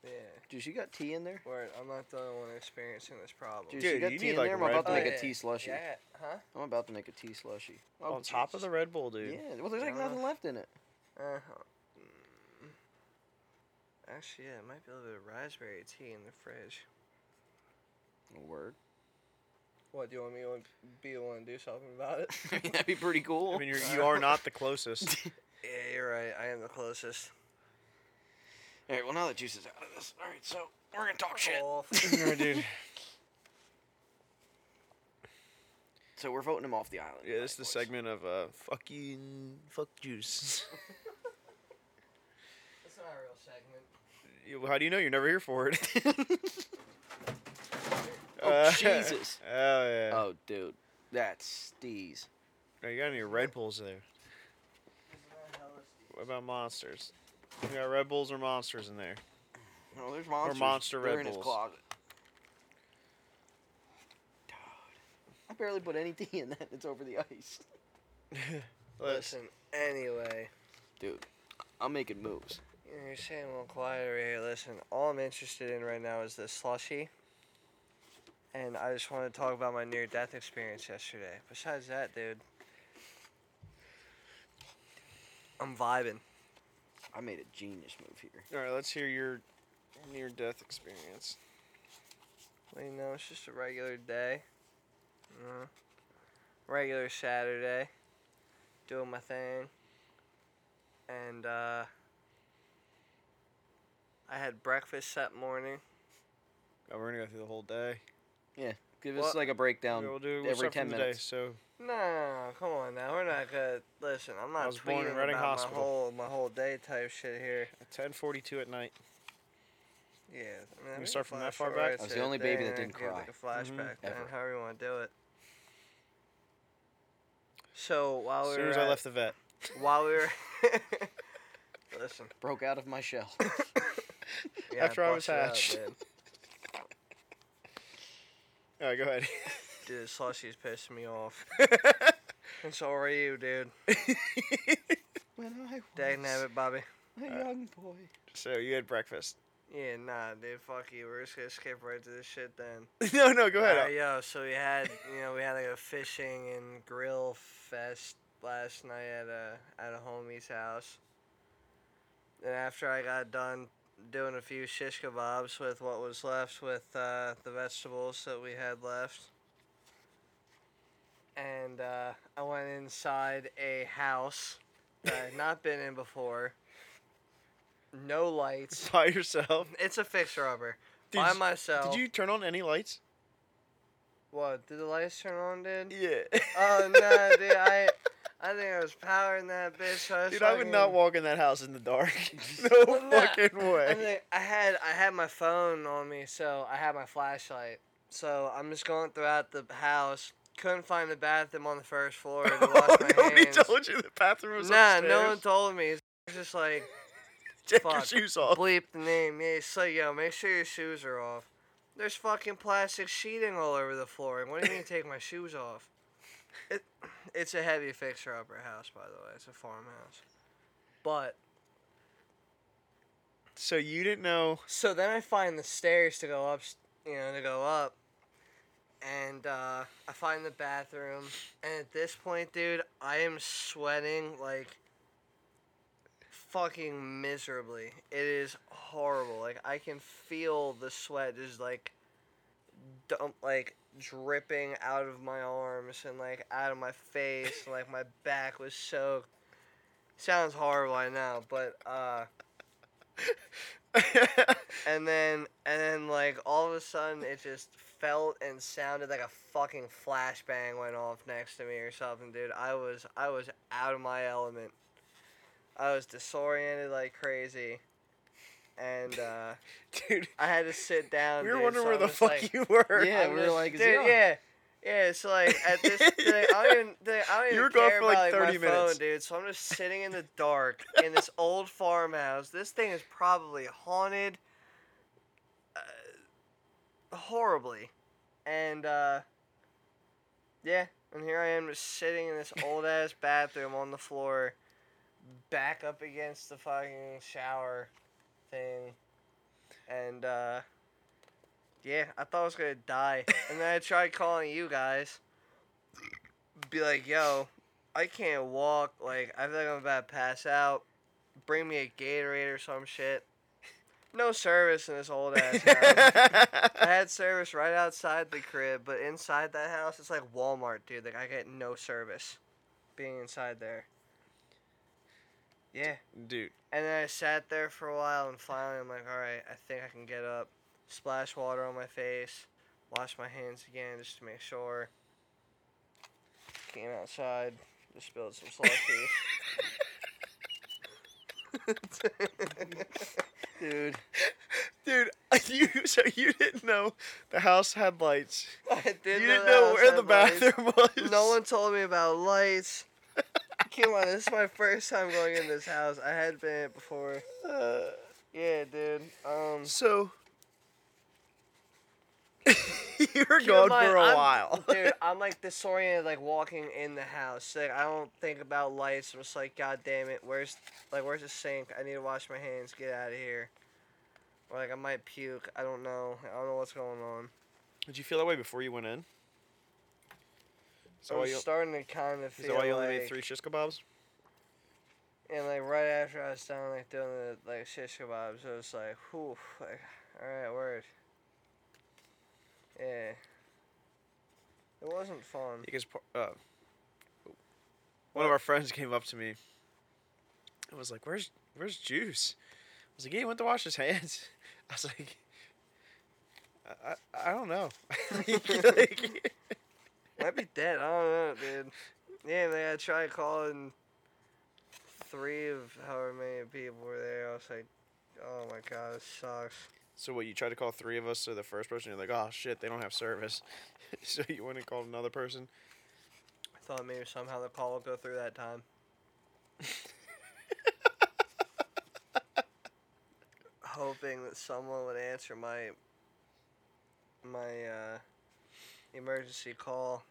Speaker 1: Yeah.
Speaker 3: Juice, you got tea in there?
Speaker 1: Word. I'm not the only one experiencing this problem.
Speaker 3: Juice,
Speaker 2: Dude,
Speaker 3: you got
Speaker 2: you
Speaker 3: tea
Speaker 2: need,
Speaker 3: in
Speaker 2: like,
Speaker 3: there? I'm about
Speaker 2: Red
Speaker 3: to make
Speaker 1: Bull.
Speaker 3: a tea slushy.
Speaker 1: Yeah. Huh.
Speaker 3: I'm about to make a tea slushy.
Speaker 2: On top of the Red Bull, dude.
Speaker 3: Oh, Yeah. Well, there's like
Speaker 1: Yeah.
Speaker 3: nothing left in it.
Speaker 1: Uh huh. Mm. Actually, yeah, it might be a little bit of raspberry tea in the fridge.
Speaker 3: Word.
Speaker 1: What do you want me to be the one to do something about it?
Speaker 3: I mean, [laughs] that'd be pretty
Speaker 2: [laughs]
Speaker 3: cool.
Speaker 2: I mean, you're, you are not the
Speaker 1: [laughs]
Speaker 2: closest.
Speaker 1: yeah, you're right. I am the closest.
Speaker 3: all right. Well, now that Juice is out of this, all right. So we're gonna talk
Speaker 1: [laughs]
Speaker 3: shit.
Speaker 1: Off.
Speaker 2: no, dude.
Speaker 3: So we're voting him off the island.
Speaker 2: Yeah, this is the
Speaker 3: tonight, boys.
Speaker 2: segment of uh, fucking fuck juice.
Speaker 1: That's not a real segment.
Speaker 2: You- How do you know you're never here for it? [laughs]
Speaker 3: Oh,
Speaker 2: Uh, [laughs]
Speaker 3: Jesus.
Speaker 2: Oh yeah.
Speaker 3: Oh, dude, that's Steez.
Speaker 2: Now, you got any Red Bulls there? What about monsters? You got Red Bulls or monsters in there? [laughs]
Speaker 3: Oh, there's monsters.
Speaker 2: Monster
Speaker 3: They're
Speaker 2: Red
Speaker 3: in
Speaker 2: Bulls.
Speaker 3: his closet. Dude, I barely put any tea in that. It's over the ice.
Speaker 2: Let's-
Speaker 1: Listen, anyway,
Speaker 3: Dude, I'm making moves.
Speaker 1: you know, you're saying a little quiet over here. Listen, all I'm interested in right now is this slushy. And I just want to talk about my near death experience yesterday. Besides that, dude, I'm vibing.
Speaker 3: I made a genius move here.
Speaker 2: All right, let's hear your near-death experience.
Speaker 1: Well, you know, it's just a regular day. You know, regular Saturday. Doing my thing. And, uh, I had breakfast that morning.
Speaker 2: Oh, we're gonna go through the whole day.
Speaker 3: Give us
Speaker 1: Well,
Speaker 3: like a breakdown.
Speaker 2: we'll do
Speaker 3: every
Speaker 2: stuff from
Speaker 3: 10
Speaker 2: the
Speaker 3: minutes.
Speaker 2: Day, so
Speaker 1: No, come on now. We're not gonna listen. I'm not
Speaker 2: was
Speaker 1: tweeting
Speaker 2: born in Reading
Speaker 1: about
Speaker 2: Hospital.
Speaker 1: my whole my whole day type shit here.
Speaker 2: at 10:42 at night.
Speaker 1: Yeah, I mean,
Speaker 2: We
Speaker 1: we
Speaker 2: start
Speaker 1: can
Speaker 2: from that
Speaker 1: flash
Speaker 2: far
Speaker 1: forward
Speaker 2: back? Mm-hmm.
Speaker 1: to
Speaker 3: I was the only baby that
Speaker 1: thing,
Speaker 3: didn't
Speaker 1: give, Like a flashback, then,
Speaker 3: Ever.
Speaker 1: however you want to do it. So while
Speaker 2: As
Speaker 1: we
Speaker 2: soon
Speaker 1: were
Speaker 2: as
Speaker 1: at,
Speaker 2: I left the vet.
Speaker 1: while we
Speaker 2: [laughs]
Speaker 1: were [laughs] listen,
Speaker 3: Broke out of my shell.
Speaker 1: yeah,
Speaker 2: After I was
Speaker 1: busted out,
Speaker 2: hatched.
Speaker 1: dude.
Speaker 2: All right, go ahead.
Speaker 1: Dude, slushy's pissing me off. And so are you, dude.
Speaker 3: [laughs] when I was
Speaker 1: Dang it, Bobby.
Speaker 3: a young boy.
Speaker 2: [laughs] so you had breakfast.
Speaker 1: Yeah, nah, dude. Fuck you. We're just gonna skip right to this shit then.
Speaker 2: [laughs] no, no, go
Speaker 1: Uh,
Speaker 2: ahead.
Speaker 1: yo, so we had you know we had like a fishing and grill fest last night at a at a homie's house. And after I got done doing a few shish kebabs with what was left with uh, the vegetables that we had left, and uh, I went inside a house that I had not been in before. No lights.
Speaker 2: By yourself.
Speaker 1: It's a fixer upper.
Speaker 2: Did
Speaker 1: By
Speaker 2: you-
Speaker 1: myself.
Speaker 2: Did you turn on any lights?
Speaker 1: What? Did the lights turn on, dude?
Speaker 2: Yeah.
Speaker 1: Oh no, dude! I, I think I was powering that bitch. So I was
Speaker 2: [laughs] Dude, I would not
Speaker 1: fucking-
Speaker 2: walk in that house in the [laughs] dark.
Speaker 1: Well,
Speaker 2: no
Speaker 1: nah,
Speaker 2: fucking
Speaker 1: I,
Speaker 2: way.
Speaker 1: think I had I had my phone on me, so I had my flashlight. So I'm just going throughout the house, couldn't find the bathroom on the first floor
Speaker 2: [laughs]
Speaker 1: to wash my
Speaker 2: Oh, Nobody
Speaker 1: hands.
Speaker 2: told you the bathroom was
Speaker 1: nah,
Speaker 2: upstairs.
Speaker 1: no one told me. It's just like
Speaker 2: Take your
Speaker 1: fuck.
Speaker 2: shoes off.
Speaker 1: bleep the name. Yeah, it's like yo, make sure your shoes are off. There's fucking plastic sheeting all over the flooring. What do you mean take my shoes off? It, it's a heavy fixer upper house, by the way. It's a farmhouse. But
Speaker 2: So you didn't know.
Speaker 1: So then I find the stairs to go up, you know, to go up, and uh, I find the bathroom. And at this point, dude, I am sweating like fucking miserably. It is horrible. Like I can feel the sweat just like dump, like dripping out of my arms and like out of my face. and, like my back was soaked. Sounds horrible, I know, but uh. And then and then like all of a sudden it just felt and sounded like a fucking flashbang went off next to me or something, dude. I was I was out of my element. I was disoriented like crazy. And uh,
Speaker 2: [laughs] Dude,
Speaker 1: I had to sit down.
Speaker 2: we were
Speaker 1: dude,
Speaker 2: wondering
Speaker 1: so
Speaker 2: where
Speaker 1: I'm
Speaker 2: the
Speaker 1: just
Speaker 2: fuck
Speaker 1: like,
Speaker 2: you [laughs]
Speaker 1: [laughs]
Speaker 2: were.
Speaker 3: Yeah,
Speaker 1: I'm
Speaker 3: we were
Speaker 1: just-
Speaker 3: like, is he
Speaker 1: dude,
Speaker 3: on?
Speaker 1: yeah. Yeah, so like at
Speaker 2: [laughs]
Speaker 1: this, like, I don't even, like, I don't even
Speaker 2: You were
Speaker 1: care
Speaker 2: gone for, like,
Speaker 1: about like
Speaker 2: 30
Speaker 1: my
Speaker 2: minutes.
Speaker 1: phone, dude. So I'm just sitting in the dark in
Speaker 2: [laughs]
Speaker 1: this old farmhouse. This thing is probably haunted uh, horribly, and uh, yeah, and here I am just sitting in this old ass bathroom on the floor, back up against the fucking shower thing, and uh, yeah, I thought I was gonna die. And then I tried calling you guys. Be like, yo, I can't walk. Like, I feel like I'm about to pass out. Bring me a Gatorade or some shit. No service in this old
Speaker 2: [laughs]
Speaker 1: ass house. I had service right outside the crib, but inside that house, it's like Walmart, dude. Like, I get no service being inside there. Yeah.
Speaker 2: Dude,
Speaker 1: And then I sat there for a while, and finally I'm like, all right, I think I can get up. Splash water on my face, wash my hands again just to make sure. Came outside, just spilled
Speaker 2: [laughs]
Speaker 1: some slushy.
Speaker 3: Dude,
Speaker 2: dude, [laughs] you so you didn't know the house had lights.
Speaker 1: I didn't
Speaker 2: you
Speaker 1: that
Speaker 2: didn't know
Speaker 1: house
Speaker 2: where the
Speaker 1: had lights.
Speaker 2: bathroom was.
Speaker 1: No one told me about
Speaker 2: [laughs]
Speaker 1: lights. Come on, this is my first time going in this house. I had been in it before.
Speaker 2: Uh,
Speaker 1: Yeah, dude. Um.
Speaker 2: so [laughs] you were
Speaker 1: Keep in
Speaker 2: gone
Speaker 1: mind,
Speaker 2: for a
Speaker 1: I'm-
Speaker 2: while. [laughs]
Speaker 1: [laughs] dude, I'm like disoriented, like walking in the house. Like I don't think about lights. I'm just like, God damn it, where's like where's the sink? I need to wash my hands. Get out of here. Or like I might puke. I don't know. I don't know what's going on.
Speaker 2: Did you feel that way before you went in?
Speaker 1: So I'm starting to kind of
Speaker 2: Is
Speaker 1: feel
Speaker 2: that why you
Speaker 1: like,
Speaker 2: only made three shish kebabs?
Speaker 1: and like right after I was done like doing the like shish kebabs, I was like, whew, like all right, word. Yeah. It wasn't fun.
Speaker 2: Because uh, one of our friends came up to me and was like, "Where's Where's Juice?" I was like, "Yeah, he went to wash his hands." [laughs] I was like, "I I, I don't know." [laughs]
Speaker 1: Might
Speaker 2: Like,
Speaker 1: be dead. I don't know, dude. Yeah, man, I tried calling three of however many people were there. I was like, oh my god, this sucks.
Speaker 2: so what? You tried to call three of us, so the first person you're like, "Oh shit, they don't have service," [laughs] so you went and called another [laughs] person.
Speaker 1: I thought maybe somehow the call would go through that time. Hoping that someone would answer my my uh, emergency call.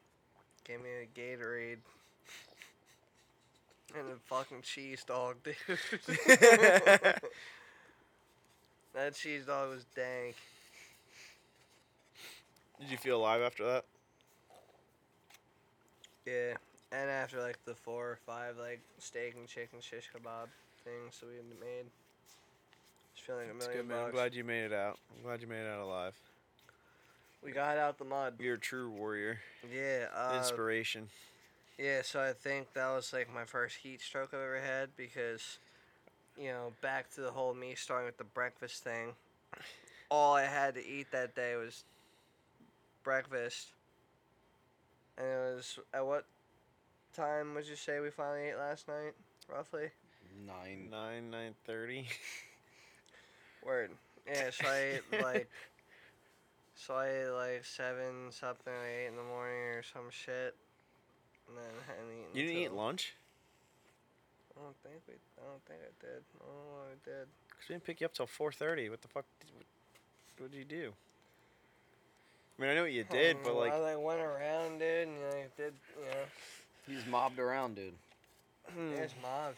Speaker 1: Gave me a Gatorade. And a fucking cheese dog, dude. [laughs] that cheese dog was dank.
Speaker 2: Did you feel alive after that?
Speaker 1: Yeah, and after like the four or five like steak and chicken shish kebab things that we had made, just feeling like a
Speaker 2: It's
Speaker 1: million
Speaker 2: good, man. I'm
Speaker 1: bucks.
Speaker 2: glad you made it out. I'm glad you made it out alive.
Speaker 1: We got out the mud.
Speaker 2: You're a true warrior.
Speaker 1: Yeah. Uh,
Speaker 2: Inspiration.
Speaker 1: yeah. So I think that was like my first heat stroke I've ever had because, you know, back to the whole me starting with the breakfast thing. All I had to eat that day was breakfast. And it was at what time would you say we finally ate last night, roughly?
Speaker 3: nine.
Speaker 2: Nine nine thirty. [laughs]
Speaker 1: Word. Yeah, so I ate like So I ate like seven something, I ate in the morning or some shit, and then I hadn't eaten.
Speaker 2: You didn't eat
Speaker 1: till-
Speaker 2: lunch?
Speaker 1: I don't think we. I don't think I did. I don't know what I did.
Speaker 2: Because we didn't pick you up till 4.30. What the fuck? Did, what, what did you do? I mean, I know what you
Speaker 1: I
Speaker 2: did,
Speaker 1: don't
Speaker 2: but
Speaker 1: know,
Speaker 2: like,
Speaker 1: I like went around, dude, and like did you know?
Speaker 3: He's mobbed around, dude.
Speaker 2: Hmm.
Speaker 1: Yeah, it's mobbed.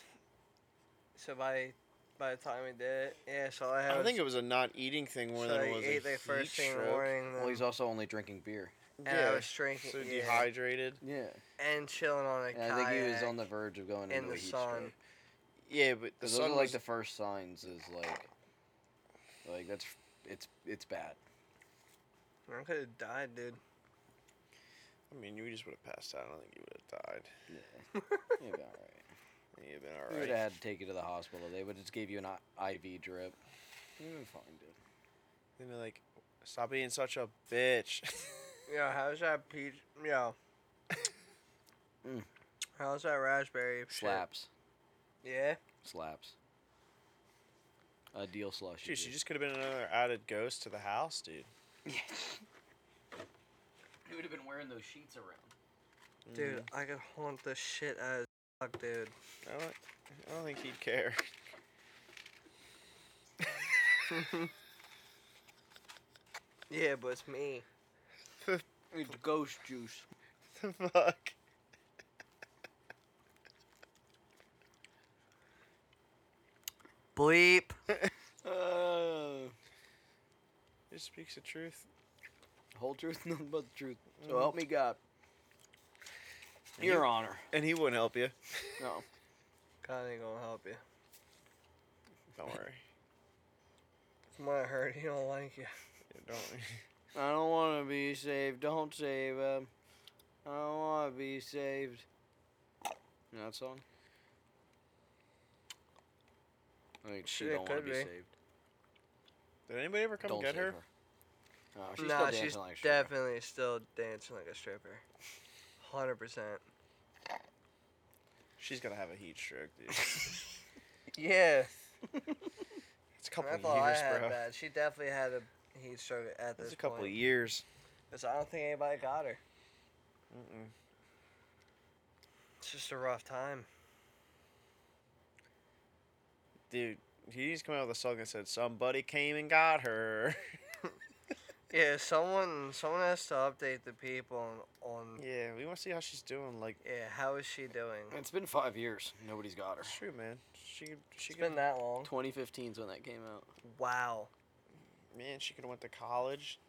Speaker 1: So by by the time we did it, yeah. So I
Speaker 2: I
Speaker 1: had.
Speaker 2: think it was a not eating thing more
Speaker 1: so
Speaker 2: than
Speaker 1: I
Speaker 2: it was
Speaker 1: ate
Speaker 2: a
Speaker 1: the first
Speaker 2: heat
Speaker 1: thing in the
Speaker 2: stroke.
Speaker 1: morning. Then,
Speaker 3: Well, he's also only drinking beer.
Speaker 1: and
Speaker 2: yeah,
Speaker 1: I was drinking.
Speaker 2: so
Speaker 1: yeah,
Speaker 2: dehydrated.
Speaker 3: Yeah.
Speaker 1: and chilling on a
Speaker 3: And I think he was
Speaker 1: kayak.
Speaker 3: on the verge of going
Speaker 1: in
Speaker 3: into
Speaker 1: the
Speaker 3: a heat
Speaker 1: sun.
Speaker 3: stroke.
Speaker 2: Yeah, but the
Speaker 3: Those
Speaker 2: sun
Speaker 3: are like
Speaker 2: was-
Speaker 3: the first signs. Is like, like that's it's it's bad.
Speaker 1: I could have died, dude.
Speaker 2: I mean, you just would have passed out. I don't think you would have died.
Speaker 3: Yeah. [laughs] You'd be all right.
Speaker 2: I think You'd have been
Speaker 3: You
Speaker 2: all
Speaker 3: would
Speaker 2: right.
Speaker 3: have had to take you to the hospital. They would just give you an I- IV drip. You'd been fine, dude.
Speaker 2: They'd be like, stop being such a bitch. [laughs]
Speaker 1: Yeah, how's that peach? Yeah.
Speaker 3: Mm.
Speaker 1: How's that raspberry? shit?
Speaker 3: Slaps,
Speaker 1: Yeah.
Speaker 3: slaps. A deal slush.
Speaker 2: Jeez, you just could have been another added ghost to the house, dude.
Speaker 3: He would have been wearing those sheets around.
Speaker 2: Mm-hmm.
Speaker 1: Dude, I could haunt the shit out of fuck, dude.
Speaker 2: I don't, I don't think he'd care. [laughs]
Speaker 1: Yeah, but it's me.
Speaker 3: It's ghost juice.
Speaker 2: the fuck?
Speaker 1: Bleep.
Speaker 3: Uh,
Speaker 2: It speaks the truth.
Speaker 3: whole truth, [laughs] nothing but the truth. So help me God. Your Honor.
Speaker 2: And he wouldn't help you.
Speaker 3: No.
Speaker 1: God ain't gonna help you.
Speaker 2: Don't worry.
Speaker 1: It might hurt. He don't like you.
Speaker 2: Yeah, Don't worry.
Speaker 3: I don't want to be saved. Don't save him. I don't want to be saved. You know that song? I think she
Speaker 1: Shit,
Speaker 3: don't want
Speaker 1: could
Speaker 3: to be,
Speaker 1: be.
Speaker 3: saved.
Speaker 2: Did anybody ever come
Speaker 3: don't
Speaker 2: get
Speaker 3: save
Speaker 2: her?
Speaker 3: her. No, she's
Speaker 1: nah,
Speaker 3: still dancing
Speaker 1: she's
Speaker 3: like a stripper.
Speaker 1: definitely still dancing like a stripper. Hundred percent.
Speaker 2: She's gonna have a heat stroke,
Speaker 3: [laughs]
Speaker 2: dude.
Speaker 1: Yeah.
Speaker 2: It's a couple
Speaker 1: I
Speaker 2: of
Speaker 1: thought
Speaker 2: years,
Speaker 1: I had
Speaker 2: bro.
Speaker 1: that. She definitely had a heat stroke at this
Speaker 2: It's a couple
Speaker 1: point.
Speaker 2: of years.
Speaker 1: 'Cause I don't think anybody got her.
Speaker 2: Mm-mm.
Speaker 1: It's just a rough time.
Speaker 2: Dude, he needs to come out with a song that said "Somebody came and got her." [laughs]
Speaker 1: Yeah, someone someone has to update the people on, on
Speaker 2: yeah, we want to see how she's doing. Like,
Speaker 1: yeah, how is she doing?
Speaker 3: It's been five years. Nobody's got her.
Speaker 2: it's true, man. She could- she
Speaker 1: It's
Speaker 2: could
Speaker 1: been that long.
Speaker 3: 2015's when that came out.
Speaker 1: Wow.
Speaker 2: man. She could have went to college,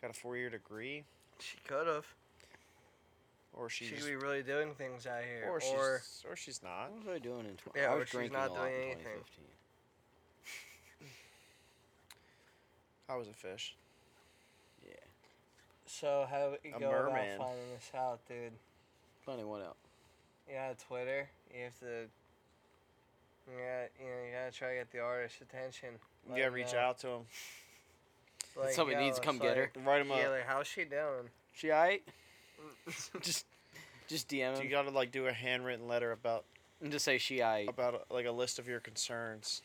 Speaker 2: got a four year degree,
Speaker 1: She could have.
Speaker 2: or
Speaker 1: She
Speaker 2: she's
Speaker 1: could be really doing things out here.
Speaker 2: or
Speaker 1: Or,
Speaker 2: she's or she's not.
Speaker 3: What was I doing in 20?
Speaker 1: Yeah,
Speaker 3: I
Speaker 1: or
Speaker 3: was
Speaker 1: she's
Speaker 3: drinking
Speaker 1: not
Speaker 3: a lot
Speaker 1: doing
Speaker 3: in
Speaker 1: anything.
Speaker 3: 2015.
Speaker 2: I was a fish.
Speaker 1: so how do you
Speaker 2: a
Speaker 1: go about
Speaker 2: merman.
Speaker 1: finding this out, dude?
Speaker 3: Finding one out.
Speaker 1: You got Twitter. You have to. Yeah, you, know, you gotta try to get the artist's attention.
Speaker 2: You gotta
Speaker 1: uh,
Speaker 2: reach out to him.
Speaker 1: Like,
Speaker 3: Somebody needs to
Speaker 1: it's
Speaker 3: come get her.
Speaker 2: Write him
Speaker 1: Like, yeah,
Speaker 2: up.
Speaker 1: like, how's she doing?
Speaker 3: She
Speaker 1: [laughs]
Speaker 3: alright? just, just DM
Speaker 2: So you
Speaker 3: him
Speaker 2: gotta like do a handwritten letter about
Speaker 3: and just say she alright.
Speaker 2: about uh, like a list of your concerns.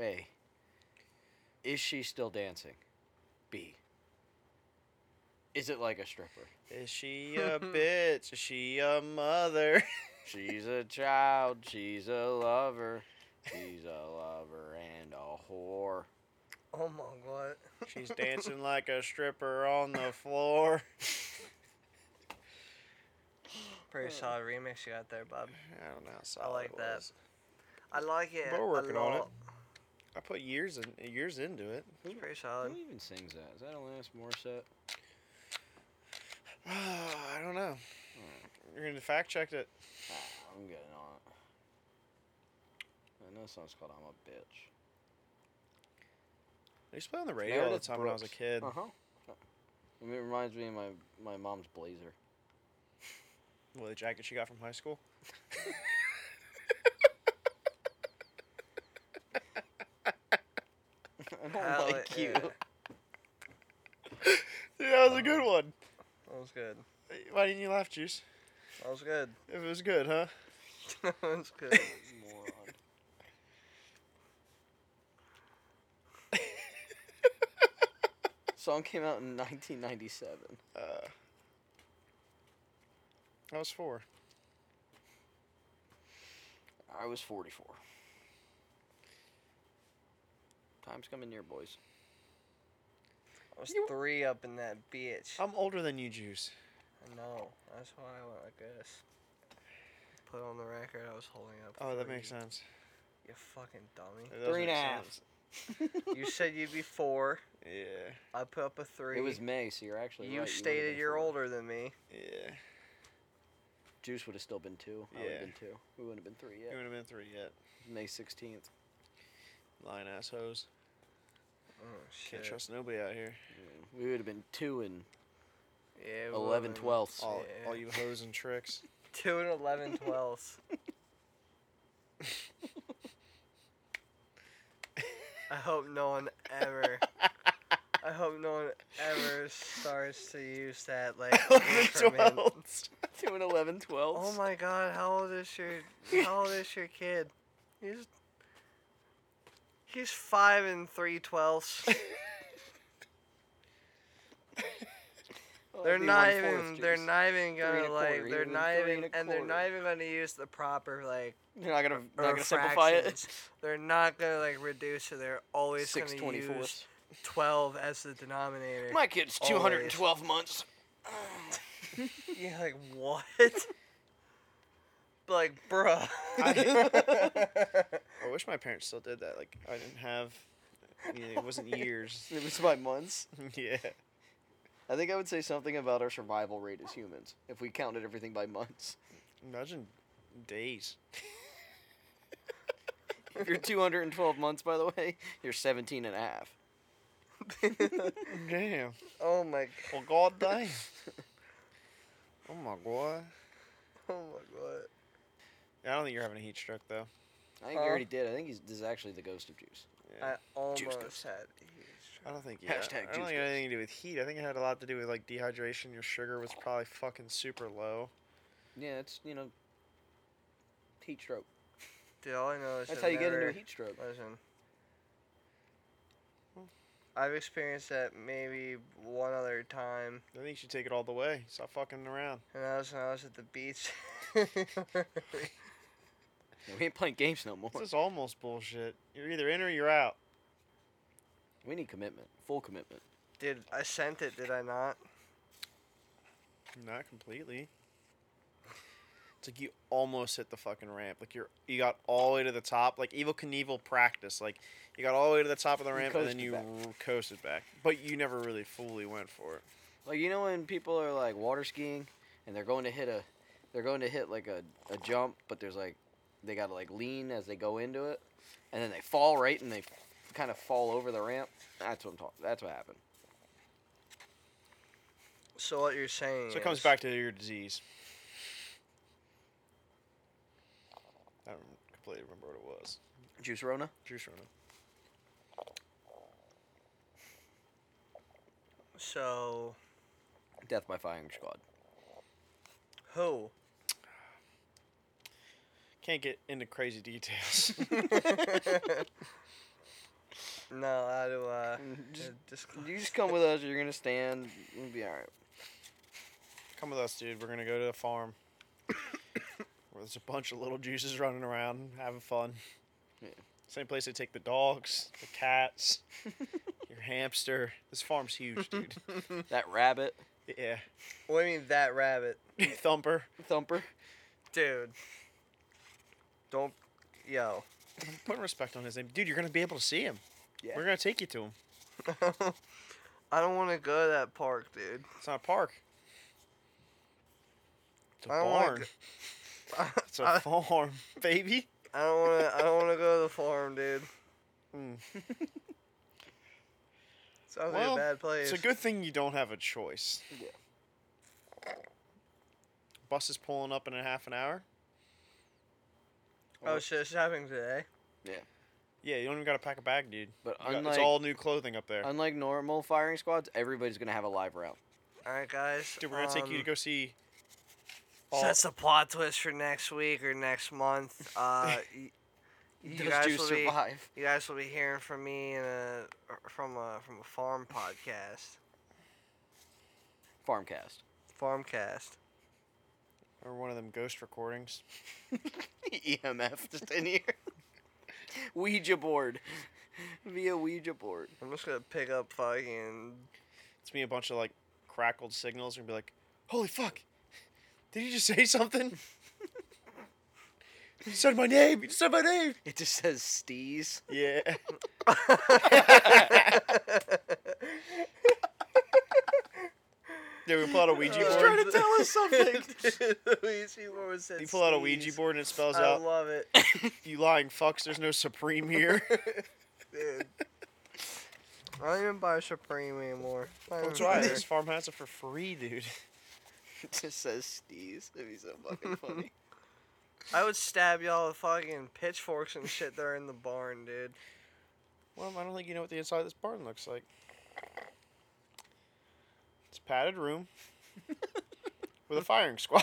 Speaker 3: A. Is she still dancing? B. Is it like a stripper?
Speaker 2: Is she a [laughs] bitch? Is she a mother? [laughs]
Speaker 3: She's a child. She's a lover. She's a lover and a whore.
Speaker 1: Oh my god.
Speaker 2: She's dancing like a stripper on the floor. [laughs]
Speaker 1: Pretty
Speaker 2: Hmm.
Speaker 1: solid remix you got there, bub.
Speaker 2: I don't know. How
Speaker 1: I
Speaker 2: solid
Speaker 1: like
Speaker 2: it
Speaker 1: that.
Speaker 2: was.
Speaker 1: I like it.
Speaker 2: We're
Speaker 1: a
Speaker 2: working on it.
Speaker 1: lot.
Speaker 2: I put years in years into it. [sighs]
Speaker 1: It's pretty
Speaker 3: Who
Speaker 2: Hmm.
Speaker 1: solid.
Speaker 3: even sings that? Is that Alanis Morissette?
Speaker 2: I don't know. You're gonna fact check it.
Speaker 3: Ah, I'm getting on it. I know this song's called "I'm a Bitch."
Speaker 2: They used to play on the radio all the
Speaker 3: Meredith
Speaker 2: time when I was a
Speaker 3: Brooks.
Speaker 2: kid.
Speaker 3: Uh huh. It reminds me of my my mom's blazer. [laughs]
Speaker 2: Well, the jacket she got from high school.
Speaker 3: I don't [laughs]
Speaker 1: Hell
Speaker 3: like you.
Speaker 1: yeah.
Speaker 2: Dude, that was a good one.
Speaker 1: That was good.
Speaker 2: Uh-huh. Why didn't you laugh, Juice?
Speaker 1: That was good. [laughs]
Speaker 2: It was good, huh?
Speaker 1: that [laughs] was good.
Speaker 3: Moron. Song came out in 1997.
Speaker 2: Uh, I was four.
Speaker 3: I was 44. Time's coming near, boys.
Speaker 1: I was
Speaker 3: You-
Speaker 1: three up in that bitch.
Speaker 2: I'm older than you, Juice.
Speaker 1: I know. That's why I went like this. Put on the record, I was holding up.
Speaker 2: Oh, that
Speaker 1: three.
Speaker 2: makes sense.
Speaker 1: You fucking dummy.
Speaker 2: That does
Speaker 3: Three and
Speaker 2: make
Speaker 3: a half.
Speaker 2: sense.
Speaker 1: you said you'd be four.
Speaker 2: Yeah,
Speaker 1: I put up a three.
Speaker 3: [laughs] It was May, so you're actually.
Speaker 1: you
Speaker 3: right, would've
Speaker 1: stated
Speaker 3: been
Speaker 1: you're
Speaker 3: four.
Speaker 1: older than me.
Speaker 2: yeah.
Speaker 3: Juice would have still been two. I would
Speaker 2: Yeah.
Speaker 3: have been two. We wouldn't have been three
Speaker 2: You
Speaker 3: yet.
Speaker 2: wouldn't have been three yet.
Speaker 3: May 16th.
Speaker 2: Lying assholes.
Speaker 1: Oh shit.
Speaker 2: Can't trust nobody out here.
Speaker 3: Yeah. Mm. We would have been two and
Speaker 1: Yeah. we
Speaker 3: 11
Speaker 1: would've been
Speaker 3: twelfths.
Speaker 2: All,
Speaker 1: Yeah.
Speaker 2: all you hoes and tricks.
Speaker 1: Two and 11 twelfths. I hope no one ever. I hope no one ever starts to use that like.
Speaker 3: [laughs]
Speaker 2: [laughs]
Speaker 1: increment.
Speaker 2: Twelfths.
Speaker 3: [laughs] two and 11 twelfths.
Speaker 1: Oh my god, how old is your how old is your kid? He's He's five and three
Speaker 3: [laughs]
Speaker 1: twelfths.
Speaker 3: Oh,
Speaker 1: They're
Speaker 3: it'd be
Speaker 1: not
Speaker 3: one fourth,
Speaker 1: even. They're
Speaker 3: Juice.
Speaker 1: not even
Speaker 3: and
Speaker 1: gonna
Speaker 3: a quarter,
Speaker 1: like. They're
Speaker 3: even
Speaker 1: not
Speaker 3: three
Speaker 1: even.
Speaker 3: and a
Speaker 1: And they're not
Speaker 3: quarter.
Speaker 1: even gonna use the proper like.
Speaker 3: You're not gonna
Speaker 1: or
Speaker 3: not gonna simplify it.
Speaker 1: fractions. They're not gonna like reduce it. They're always
Speaker 3: Six
Speaker 1: gonna
Speaker 3: twenty
Speaker 1: use
Speaker 3: fourths.
Speaker 1: twelve as the denominator. [laughs]
Speaker 3: My kid's two hundred and twelve months.
Speaker 1: You're like what? [laughs] But, like bruh. [laughs]
Speaker 2: I wish my parents still did that. Like I didn't have. You know, it
Speaker 3: [laughs]
Speaker 2: wasn't years. [laughs]
Speaker 3: It was by months.
Speaker 2: yeah.
Speaker 3: I think I would say something about our survival rate as humans if we counted everything by months.
Speaker 2: Imagine days.
Speaker 3: If [laughs] you're 212 months, by the way, you're 17 and a half.
Speaker 2: Damn.
Speaker 1: oh my. g-
Speaker 2: Well,
Speaker 3: [laughs]
Speaker 2: God damn. oh my god.
Speaker 1: Oh my god.
Speaker 2: I don't think you're having a heat stroke though.
Speaker 3: I think
Speaker 1: Huh?
Speaker 3: you already did. I think he's, this is actually the ghost of Juice.
Speaker 2: Yeah.
Speaker 1: I almost
Speaker 3: goes.
Speaker 1: had.
Speaker 2: I don't think. Yeah,
Speaker 3: Hashtag
Speaker 2: I don't
Speaker 3: juice
Speaker 2: think it had anything to do with heat. I think it had a lot to do with like dehydration. Your sugar was probably fucking super low.
Speaker 3: Yeah, it's, you know, heat stroke.
Speaker 1: Dude, all I know is
Speaker 3: That's
Speaker 1: I've
Speaker 3: how you get
Speaker 1: never-
Speaker 3: into a heat stroke.
Speaker 1: Listen.
Speaker 2: Well.
Speaker 1: I've experienced that maybe one other time,
Speaker 2: I think you should take it all the way. Stop fucking around.
Speaker 1: and that was when I was at the beach. [laughs]
Speaker 3: We ain't playing games no more.
Speaker 2: This is almost bullshit. You're either in or you're out.
Speaker 3: We need commitment, full commitment.
Speaker 1: Dude, I sent it, did I not?
Speaker 2: Not completely. It's like you almost hit the fucking ramp. Like you're you got all the way to the top. Like Evil Knievel practice. Like you got all the way to the top of the
Speaker 3: You
Speaker 2: ramp and then
Speaker 3: coasted
Speaker 2: you
Speaker 3: back.
Speaker 2: r- coasted back. But you never really fully went for it.
Speaker 3: Like you know when people are like water skiing and they're going to hit a, they're going to hit like a, a jump, but there's like, they gotta like lean as they go into it, and then they fall right and they kind of fall over the ramp. That's what I'm talking. That's what happened.
Speaker 1: So what you're saying
Speaker 2: So it comes
Speaker 1: is-
Speaker 2: back to your disease. I don't completely remember what it was.
Speaker 3: Juice Rona.
Speaker 2: Juice Rona.
Speaker 1: So,
Speaker 3: Death by firing squad.
Speaker 2: [laughs]
Speaker 1: who?
Speaker 2: Can't get into crazy details. [laughs]
Speaker 1: No, how do uh,
Speaker 3: Mm, just-
Speaker 1: uh, disclose-
Speaker 3: You just come with us, you're gonna stand. You'll be all right.
Speaker 2: Come with us, dude. We're gonna go to the farm. [coughs] where there's a bunch of little juices running around, having fun.
Speaker 3: Yeah.
Speaker 2: Same place they take the dogs, the
Speaker 3: [laughs]
Speaker 2: cats, your hamster. This farm's huge, dude.
Speaker 3: [laughs] That rabbit
Speaker 2: yeah. [laughs]
Speaker 1: What do you mean that rabbit?
Speaker 3: [laughs]
Speaker 2: Thumper.
Speaker 3: thumper.
Speaker 1: Dude. Don't. Yo. [laughs]
Speaker 2: Put respect on his name, dude. You're gonna be able to see him.
Speaker 3: Yeah.
Speaker 2: We're gonna take you to him.
Speaker 1: I don't want to go to that park, dude. [laughs]
Speaker 2: It's not a park. It's a
Speaker 1: I don't wanna
Speaker 2: barn.
Speaker 1: go-
Speaker 2: It's a farm, [laughs] baby.
Speaker 1: I don't want to. I don't want to go to the farm, dude.
Speaker 2: Mm.
Speaker 1: Sounds
Speaker 2: Well,
Speaker 1: like a bad place.
Speaker 2: It's a good thing you don't have a choice.
Speaker 3: Yeah.
Speaker 2: Bus is pulling up in a half an hour.
Speaker 1: oh shit, it's happening today.
Speaker 2: Yeah, you don't even gotta pack a bag, dude.
Speaker 3: But
Speaker 2: You got-
Speaker 3: unlike
Speaker 2: it's all new clothing up there.
Speaker 3: unlike normal firing squads, everybody's gonna have a live round.
Speaker 1: All right, guys.
Speaker 2: Dude, we're gonna take you to
Speaker 1: um,
Speaker 2: go see. Oh. [laughs]
Speaker 1: So that's a plot twist for next week or next month. Uh, y- You
Speaker 3: Those
Speaker 1: guys
Speaker 3: two
Speaker 1: will be-
Speaker 3: survive. [laughs]
Speaker 1: You guys will be hearing from me in a from a from a farm podcast,
Speaker 3: Farmcast.
Speaker 1: farmcast.
Speaker 2: Or one of them ghost recordings.
Speaker 3: [laughs] EMF E just in here. Ouija board. Via Ouija board.
Speaker 1: I'm just gonna pick up fucking. [laughs]
Speaker 2: It's me a bunch of like crackled signals and be like, "Holy fuck! Did you just say something? [laughs] you said my name. You just said my name."
Speaker 3: It just says stees.
Speaker 2: [laughs] Yeah. Yeah, we pull out a Ouija
Speaker 1: He's
Speaker 2: board.
Speaker 1: trying
Speaker 3: to tell
Speaker 2: [laughs]
Speaker 3: us something.
Speaker 1: Ouija board said
Speaker 2: you pull out a Ouija
Speaker 1: sneeze.
Speaker 2: board and it spells
Speaker 1: I
Speaker 2: out,
Speaker 1: love it,
Speaker 2: "You lying fucks. There's no supreme here."
Speaker 1: dude. I don't even buy Supreme anymore. Not
Speaker 2: [laughs] That's
Speaker 1: even
Speaker 2: right.
Speaker 1: there.
Speaker 2: [laughs] This farm has it for free, dude.
Speaker 3: It just says stees. That'd be so
Speaker 2: [laughs]
Speaker 3: fucking funny.
Speaker 1: I would stab y'all with fucking pitchforks and shit there in the barn,
Speaker 2: [laughs]
Speaker 1: dude.
Speaker 2: Well, I don't think you know what the inside of this barn looks like. It's a padded [laughs] room with a firing [laughs] squad.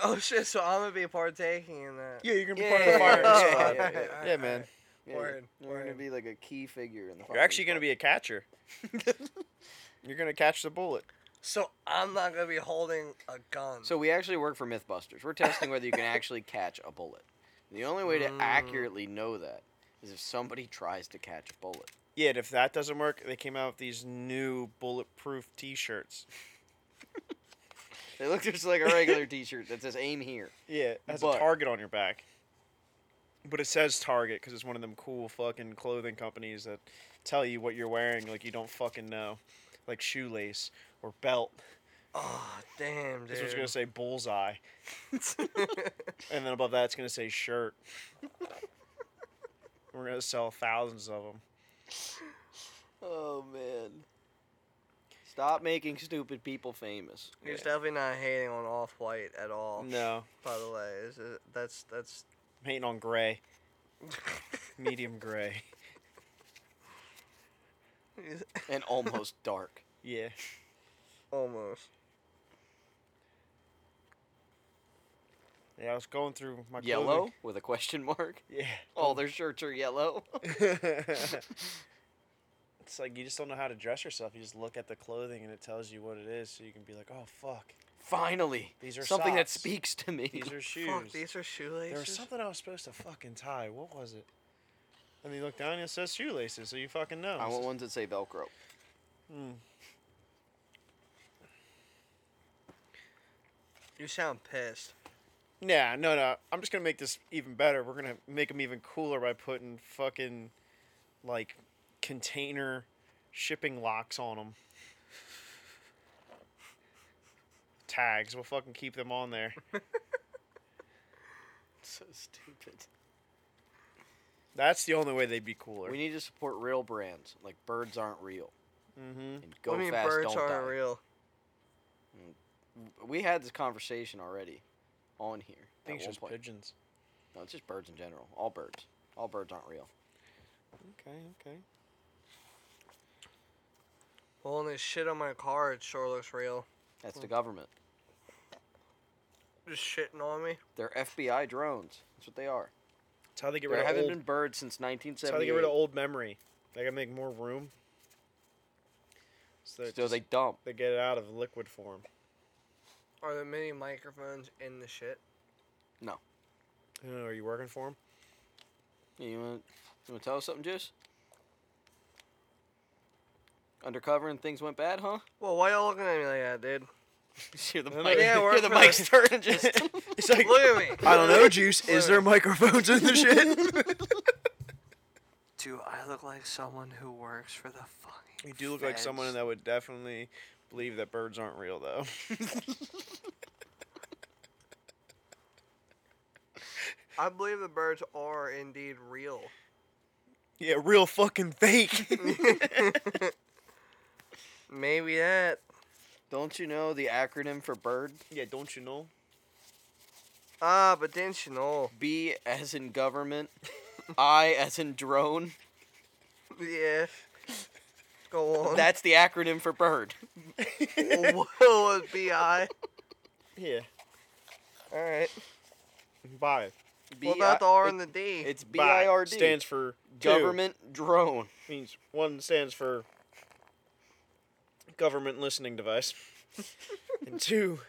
Speaker 1: Oh shit! So I'm gonna be partaking in that.
Speaker 2: yeah, you're gonna be
Speaker 3: Yeah,
Speaker 2: part of
Speaker 3: yeah,
Speaker 2: the firing
Speaker 3: yeah,
Speaker 2: squad.
Speaker 3: yeah, yeah,
Speaker 1: yeah.
Speaker 2: Yeah, man.
Speaker 3: Yeah,
Speaker 1: Word,
Speaker 3: You're gonna
Speaker 1: word.
Speaker 3: be like a key figure in the
Speaker 2: You're actually gonna be a [laughs] catcher. You're gonna catch the bullet.
Speaker 1: So I'm not gonna be holding a gun.
Speaker 3: So we actually work for Mythbusters. We're testing whether you can actually catch a bullet. The only way to
Speaker 1: Mm.
Speaker 3: accurately know that is if somebody tries to catch a bullet.
Speaker 2: Yeah, and if that doesn't work, they came out with these new bulletproof T-shirts.
Speaker 3: They look just like a
Speaker 2: [laughs]
Speaker 3: regular T-shirt that says "Aim here."
Speaker 2: Yeah, has
Speaker 3: But-
Speaker 2: a target on your back. But it says Target because it's one of them cool fucking clothing companies that tell you what you're wearing like you don't fucking know, like shoelace or belt.
Speaker 1: oh damn,
Speaker 2: This one's gonna
Speaker 1: dude.
Speaker 2: say bullseye, [laughs] and then above that it's gonna say
Speaker 3: [laughs]
Speaker 2: shirt. We're gonna sell thousands of them.
Speaker 3: Oh man. Stop making stupid people famous.
Speaker 1: [laughs] He's definitely not hating on Off White at all.
Speaker 2: No,
Speaker 1: By the way, is it, that's that's. [laughs]
Speaker 2: I'm hating on gray, medium
Speaker 3: [laughs]
Speaker 2: gray.
Speaker 1: [laughs]
Speaker 3: and almost dark.
Speaker 2: Yeah,
Speaker 1: Almost.
Speaker 2: yeah. I was going through my
Speaker 3: Yellow
Speaker 2: clothing-
Speaker 3: with a question mark.
Speaker 2: Yeah.
Speaker 1: Oh.
Speaker 3: All their shirts are yellow. [laughs]
Speaker 2: [laughs] it's like you just don't know how to dress yourself. You just look at the clothing and it tells you what it is, so you can be like, "Oh fuck,
Speaker 3: Finally,
Speaker 2: These are
Speaker 3: something that
Speaker 2: socks.
Speaker 3: speaks to me.
Speaker 2: these are shoes."
Speaker 1: Fuck, these are shoelaces.
Speaker 2: there was something I was supposed to fucking tie. What was it? And you look down and it says shoelaces, so you fucking know.
Speaker 3: [laughs] I want ones that say Velcro.
Speaker 2: Mm.
Speaker 1: You sound pissed.
Speaker 2: Nah, no, no. I'm just gonna make this even better. We're gonna make them even cooler by putting fucking like container shipping locks on them. Tags. We'll fucking keep them on there.
Speaker 3: So stupid.
Speaker 2: That's the only way they'd be cooler.
Speaker 3: We need to support real brands, like birds aren't real
Speaker 2: mm-hmm.
Speaker 3: and go
Speaker 1: what do you mean
Speaker 3: fast,
Speaker 1: birds
Speaker 3: don't
Speaker 1: aren't
Speaker 3: die.
Speaker 1: real?
Speaker 3: We had this conversation already on here.
Speaker 2: I think it's
Speaker 3: at one
Speaker 2: just
Speaker 3: point.
Speaker 2: pigeons.
Speaker 3: No, it's just birds in general. All birds. All birds aren't real.
Speaker 2: Okay, okay.
Speaker 1: Well, and this shit on my car, it sure looks real.
Speaker 3: That's the government.
Speaker 1: Just shitting on me.
Speaker 3: They're FBI drones. That's what they are.
Speaker 2: That's how they get
Speaker 3: There
Speaker 2: rid of
Speaker 3: haven't
Speaker 2: old.
Speaker 3: been birds since
Speaker 2: that's how they get rid
Speaker 3: 1978.
Speaker 2: of old memory. They gotta make more room. So,
Speaker 3: so they dump.
Speaker 2: they get it out of liquid form.
Speaker 1: Are there many microphones in the shit?
Speaker 2: I don't know, are you working for them?
Speaker 3: You want you want to tell us something, Juice? Undercover and things went bad, huh?
Speaker 1: Well, why y'all looking at me like that, dude?
Speaker 3: Just hear the
Speaker 2: No,
Speaker 3: mic.
Speaker 1: yeah, we're
Speaker 3: hear the
Speaker 1: for
Speaker 3: mic
Speaker 1: the-
Speaker 3: turn. Just
Speaker 2: It's like
Speaker 1: Look at me.
Speaker 2: [laughs] I don't know, Juice.
Speaker 1: Is
Speaker 2: Is
Speaker 1: there
Speaker 2: there microphones in [laughs] the shit?
Speaker 1: Do I look like someone who works for the fucking?
Speaker 2: you do look like someone
Speaker 1: feds?
Speaker 2: that would definitely believe that birds aren't real, though. [laughs]
Speaker 1: I believe the birds are indeed real.
Speaker 2: yeah, real fucking fake.
Speaker 1: Maybe that.
Speaker 3: [laughs] don't you know the acronym for bird?
Speaker 2: [laughs] yeah, don't you [laughs] know?
Speaker 1: Ah, but didn't you know?
Speaker 3: B as in government, [laughs] I as in drone.
Speaker 1: Yeah. Go [laughs] on.
Speaker 3: That's the acronym for bird.
Speaker 1: what would be I?
Speaker 2: Yeah.
Speaker 1: All right.
Speaker 2: By
Speaker 1: What about the R and the D?
Speaker 3: It's B
Speaker 2: by
Speaker 3: I R D.
Speaker 2: stands for two.
Speaker 3: government drone.
Speaker 2: means one stands for government listening device, [laughs] and two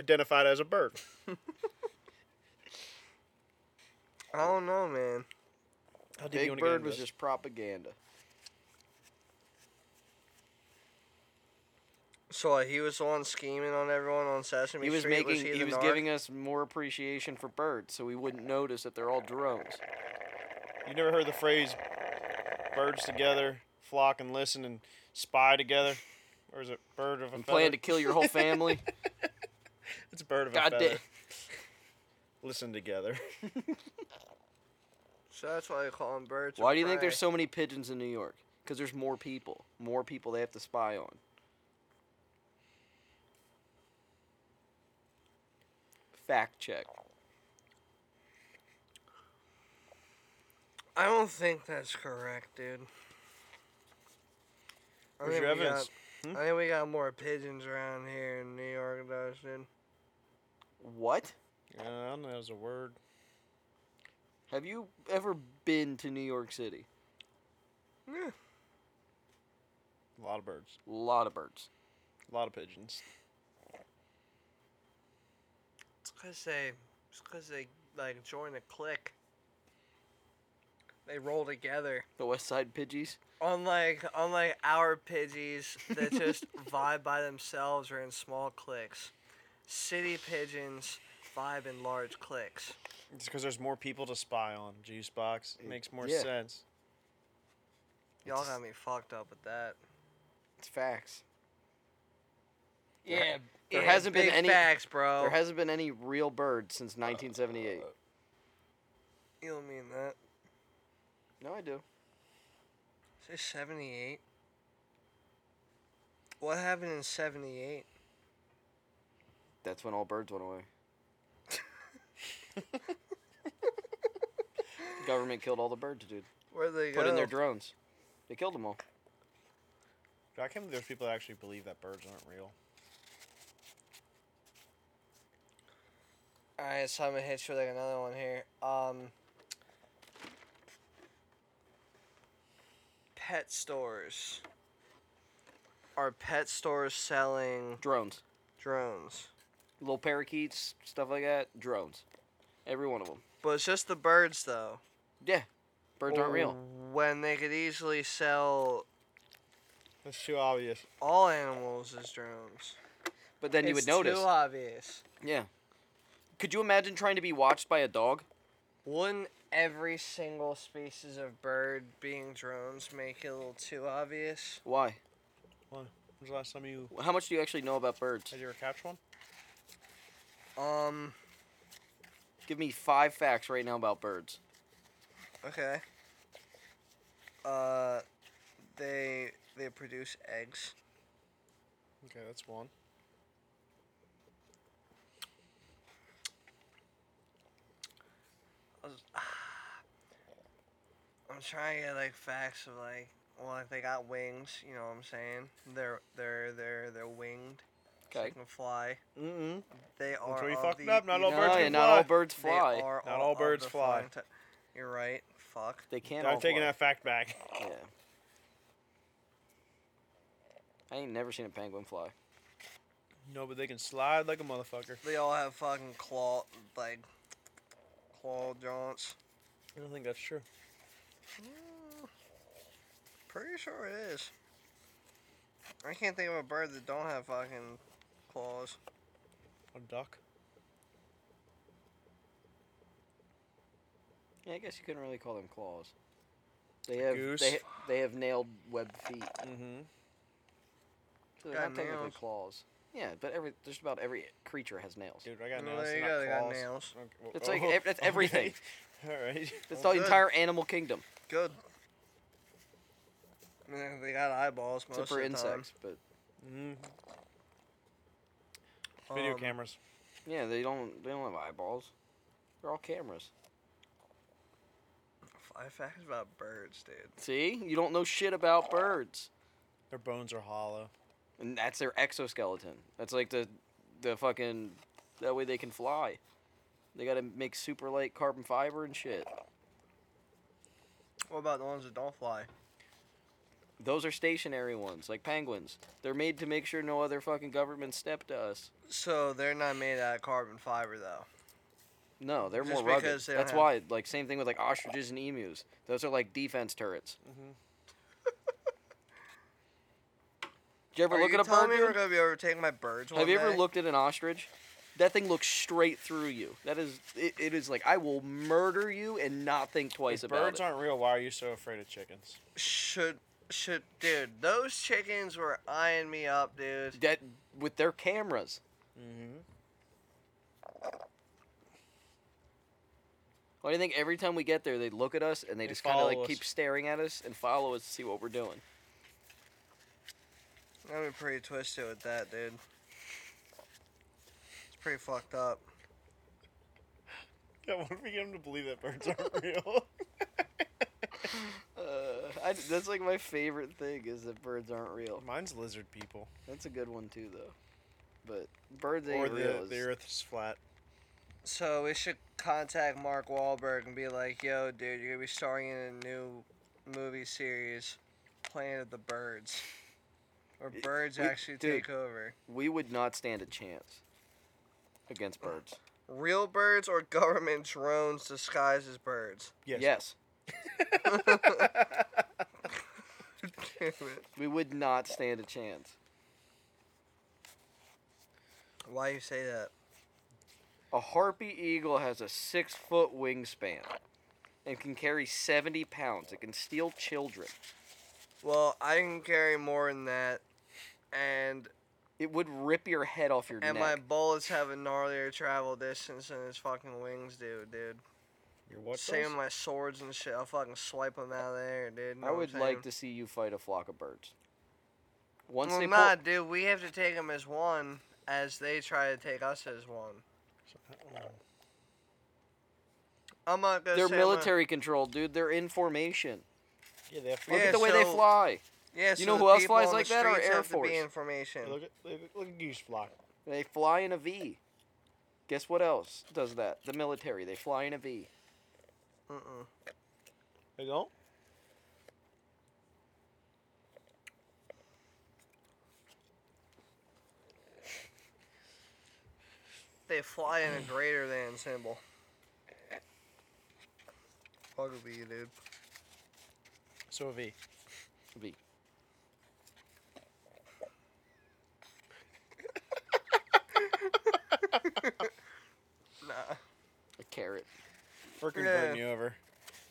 Speaker 2: identified as a bird.
Speaker 1: I don't know, man.
Speaker 2: How deep you
Speaker 3: Big
Speaker 2: wanna get
Speaker 3: Bird
Speaker 2: into
Speaker 3: was
Speaker 2: this?
Speaker 3: just propaganda.
Speaker 1: So like, he was the one scheming on everyone on Sesame
Speaker 3: He was
Speaker 1: Street.
Speaker 3: making
Speaker 1: was he,
Speaker 3: he,
Speaker 1: the
Speaker 3: was
Speaker 1: narc?
Speaker 3: giving us more appreciation for birds so we wouldn't notice that they're all drones.
Speaker 2: You never heard the phrase "birds together flock and listen and spy together," or is it "bird of a
Speaker 3: I'm
Speaker 2: feather"?
Speaker 3: planning to kill your whole family.
Speaker 2: It's "bird of
Speaker 3: God
Speaker 2: a feather."
Speaker 3: damn.
Speaker 2: [laughs] Listen together.
Speaker 1: So that's why they call him birds. of
Speaker 3: Why do you think
Speaker 1: prey.
Speaker 3: there's so many pigeons in New York? Because there's more people. More people they have to spy on. Fact check.
Speaker 1: I don't think that's correct, dude. I
Speaker 2: Where's
Speaker 1: think
Speaker 2: your
Speaker 1: we got-
Speaker 2: evidence? Hmm?
Speaker 1: I think we got more pigeons around here in New York than us, dude.
Speaker 3: What?
Speaker 2: Uh, I don't know. That was a word.
Speaker 3: Have you ever been to New York City?
Speaker 1: Yeah.
Speaker 2: A lot of birds.
Speaker 3: A lot of birds.
Speaker 2: A lot of pigeons.
Speaker 1: It's because they, it's 'cause they like join a clique. They roll together.
Speaker 3: The West Side Pidgeys.
Speaker 1: Unlike unlike our pidgeys
Speaker 3: [laughs]
Speaker 1: that just vibe by themselves or in small cliques, city pigeons vibe in large cliques.
Speaker 2: It's because there's more people to spy on. Juice box makes more
Speaker 3: yeah.
Speaker 2: sense.
Speaker 1: Y'all got me fucked up with that.
Speaker 3: It's facts. Yeah. There
Speaker 1: Yeah,
Speaker 3: hasn't been
Speaker 1: big
Speaker 3: any
Speaker 1: facts, bro.
Speaker 3: there hasn't been any real birds since 1978.
Speaker 1: you don't mean that.
Speaker 3: No, I do.
Speaker 1: Say seventy eight. What happened in seventy eight?
Speaker 3: That's when all birds went away. Government killed all the birds, dude.
Speaker 1: Where they
Speaker 3: Put
Speaker 1: go?
Speaker 3: in their drones. They killed them all.
Speaker 2: Dude, I can't believe there's people that actually believe that birds aren't real.
Speaker 1: All right, so I'm gonna hit you with like another one here. Um, pet stores. Are pet stores selling
Speaker 3: Drones.
Speaker 1: drones?
Speaker 3: Little parakeets, stuff like that. Drones. Every one of them.
Speaker 1: But it's just the birds, though.
Speaker 3: Yeah. Birds aren't real.
Speaker 1: Oh. When they could easily sell
Speaker 2: That's too obvious.
Speaker 1: all animals as drones.
Speaker 3: But then you
Speaker 1: It's
Speaker 3: would notice.
Speaker 1: Too obvious.
Speaker 3: Yeah. Could you imagine trying to be watched by a dog?
Speaker 1: Wouldn't every single species of bird being drones make it a little too obvious?
Speaker 3: Why?
Speaker 2: When's the last time you
Speaker 3: How much do you actually know about birds?
Speaker 2: did you ever catch one?
Speaker 1: Um.
Speaker 3: Give me five facts right now about birds.
Speaker 1: Okay. Uh, they they produce eggs.
Speaker 2: Okay, that's one.
Speaker 1: I'm trying to get like facts of like, well, like they got wings. You know what I'm saying? They're they're they're they're winged. so
Speaker 3: Okay.
Speaker 1: They can fly.
Speaker 2: Mm-mm.
Speaker 1: They are.
Speaker 2: where you
Speaker 1: of
Speaker 2: fucked
Speaker 1: the
Speaker 2: it up, not all
Speaker 1: eco-
Speaker 2: birds
Speaker 3: No,
Speaker 2: can
Speaker 3: yeah, not all
Speaker 2: fly.
Speaker 3: birds
Speaker 1: They
Speaker 3: fly.
Speaker 1: are
Speaker 2: Not all
Speaker 1: of
Speaker 2: birds
Speaker 1: the
Speaker 2: fly.
Speaker 1: flying ty- You're right. Fuck.
Speaker 3: They can't all
Speaker 2: I've taken
Speaker 3: fly.
Speaker 2: that fact back.
Speaker 3: Yeah. I ain't never seen a penguin fly.
Speaker 2: [laughs] No, but they can slide like a motherfucker.
Speaker 1: They all have fucking claw like claw joints.
Speaker 2: I don't think that's true.
Speaker 1: Pretty sure it is. I can't think of a bird that don't have fucking claws.
Speaker 2: A duck.
Speaker 3: Yeah, I guess you couldn't really call them claws. They have
Speaker 2: Goose.
Speaker 3: they they have nailed web feet.
Speaker 2: Mm-hmm.
Speaker 3: So they're not
Speaker 1: Got
Speaker 3: technically
Speaker 1: nails.
Speaker 3: claws. Yeah, but every just about every creature has nails.
Speaker 2: Dude, I got
Speaker 1: Well,
Speaker 2: nails.
Speaker 1: there you
Speaker 2: they're
Speaker 1: go, they got
Speaker 2: not claws.
Speaker 1: nails.
Speaker 2: Okay, well-
Speaker 3: It's like
Speaker 2: oh,
Speaker 3: ev- that's
Speaker 2: okay.
Speaker 3: everything.
Speaker 2: [laughs] All right.
Speaker 3: It's
Speaker 1: Well,
Speaker 3: the
Speaker 1: good.
Speaker 3: entire animal kingdom
Speaker 1: Good. I mean, they got eyeballs most
Speaker 3: except for
Speaker 1: of the time.
Speaker 3: insects. But
Speaker 2: Mm-hmm. Video
Speaker 1: Um,
Speaker 2: cameras.
Speaker 3: yeah, they don't they don't have eyeballs. They're all cameras.
Speaker 1: Five facts about birds, dude.
Speaker 3: See, you don't know shit about birds,
Speaker 2: Their bones are hollow.
Speaker 3: and that's their exoskeleton. That's like the the fucking that way they can fly. They got to make super light carbon fiber and shit.
Speaker 1: What about the ones that don't fly?
Speaker 3: Those are stationary ones, like penguins. They're made to make sure no other fucking government step to us.
Speaker 1: So they're not made out of carbon fiber though.
Speaker 3: No, they're
Speaker 1: Just
Speaker 3: more rugged.
Speaker 1: because they don't
Speaker 3: That's
Speaker 1: have-
Speaker 3: why, like, same thing with like ostriches and emus. Those are like defense turrets.
Speaker 1: Mm-hmm.
Speaker 3: Did you ever
Speaker 1: Are
Speaker 3: look
Speaker 1: you
Speaker 3: at a
Speaker 1: telling
Speaker 3: bird?
Speaker 1: me we're
Speaker 3: dude?
Speaker 1: gonna be overtaken by birds one
Speaker 3: Have you ever
Speaker 1: day?
Speaker 3: looked at an ostrich? That thing looks straight through you. That is, it, it is like I will murder you and not think twice
Speaker 2: If
Speaker 3: about
Speaker 2: birds
Speaker 3: it.
Speaker 2: aren't real, why are you so afraid of chickens?
Speaker 1: Should should dude? Those chickens were eyeing me up, dude.
Speaker 3: that with their cameras.
Speaker 2: Mm-hmm.
Speaker 3: Why do you think every time we get there, they look at us and they,
Speaker 2: They
Speaker 3: just kind of
Speaker 2: follow
Speaker 3: like
Speaker 2: us.
Speaker 3: keep staring at us and follow us to see what we're doing?
Speaker 1: I've been pretty twisted with that, dude. It's pretty fucked up.
Speaker 2: Yeah, [laughs] what if we get them to believe that birds
Speaker 3: [laughs]
Speaker 2: aren't real?
Speaker 3: Uh, I, that's like my favorite thing is that birds aren't real.
Speaker 2: Mine's lizard people.
Speaker 3: That's a good one too, though. But birds ain't
Speaker 2: Or
Speaker 3: real.
Speaker 2: the,
Speaker 3: is-
Speaker 2: the earth's flat.
Speaker 1: So we should contact Mark Wahlberg and be like, "Yo, dude, you're gonna be starring in a new movie series, Planet of the Birds, where
Speaker 3: Y-
Speaker 1: birds
Speaker 3: we-
Speaker 1: actually
Speaker 3: dude.
Speaker 1: take over.
Speaker 3: we would not stand a chance against birds.
Speaker 1: Real birds or government drones disguised as birds."
Speaker 2: [gasps]
Speaker 1: [laughs]
Speaker 2: Yes.
Speaker 3: yes,
Speaker 1: Damn it.
Speaker 3: we would not stand a chance.
Speaker 1: Why you say that?
Speaker 3: A harpy eagle has a six foot wingspan and can carry 70 pounds. It can steal children.
Speaker 1: Well, I can carry more than that, and
Speaker 3: It would rip your head off your
Speaker 1: and my
Speaker 3: neck.
Speaker 1: bullets have a gnarlier travel distance than his fucking wings do, dude.
Speaker 2: Your what?
Speaker 1: Same
Speaker 2: does?
Speaker 1: with my swords and shit. I'll fucking swipe them out of there, dude. Know
Speaker 3: I
Speaker 1: what
Speaker 3: would
Speaker 1: I'm
Speaker 3: like
Speaker 1: saying?
Speaker 3: to see you fight a flock of birds. Once
Speaker 1: well,
Speaker 3: they
Speaker 1: nah,
Speaker 3: pull,
Speaker 1: dude. We have to take them as one, as they try to take us as one. I'm not gonna
Speaker 3: they're
Speaker 1: say I'm gonna-
Speaker 3: military controlled, dude. They're in formation.
Speaker 2: Yeah, they have to
Speaker 3: Look
Speaker 1: Yeah,
Speaker 3: at the way they
Speaker 1: so-
Speaker 3: fly.
Speaker 1: yeah, so
Speaker 3: know
Speaker 1: the
Speaker 3: who else
Speaker 1: people
Speaker 3: flies
Speaker 1: on the
Speaker 3: like that? Our
Speaker 1: streets
Speaker 3: Air
Speaker 1: have to be
Speaker 3: Force.
Speaker 1: in formation.
Speaker 2: Look at look- look at Goose Flock.
Speaker 3: They fly in a V. Guess what else does that? The military. They fly in a V.
Speaker 1: Mm-mm.
Speaker 2: They don't.
Speaker 1: They fly in a greater than symbol. Fuck be you, dude.
Speaker 2: So a V.
Speaker 3: V.
Speaker 1: Nah. [laughs]
Speaker 3: A carrot.
Speaker 2: Freaking
Speaker 1: Yeah.
Speaker 2: burn you over.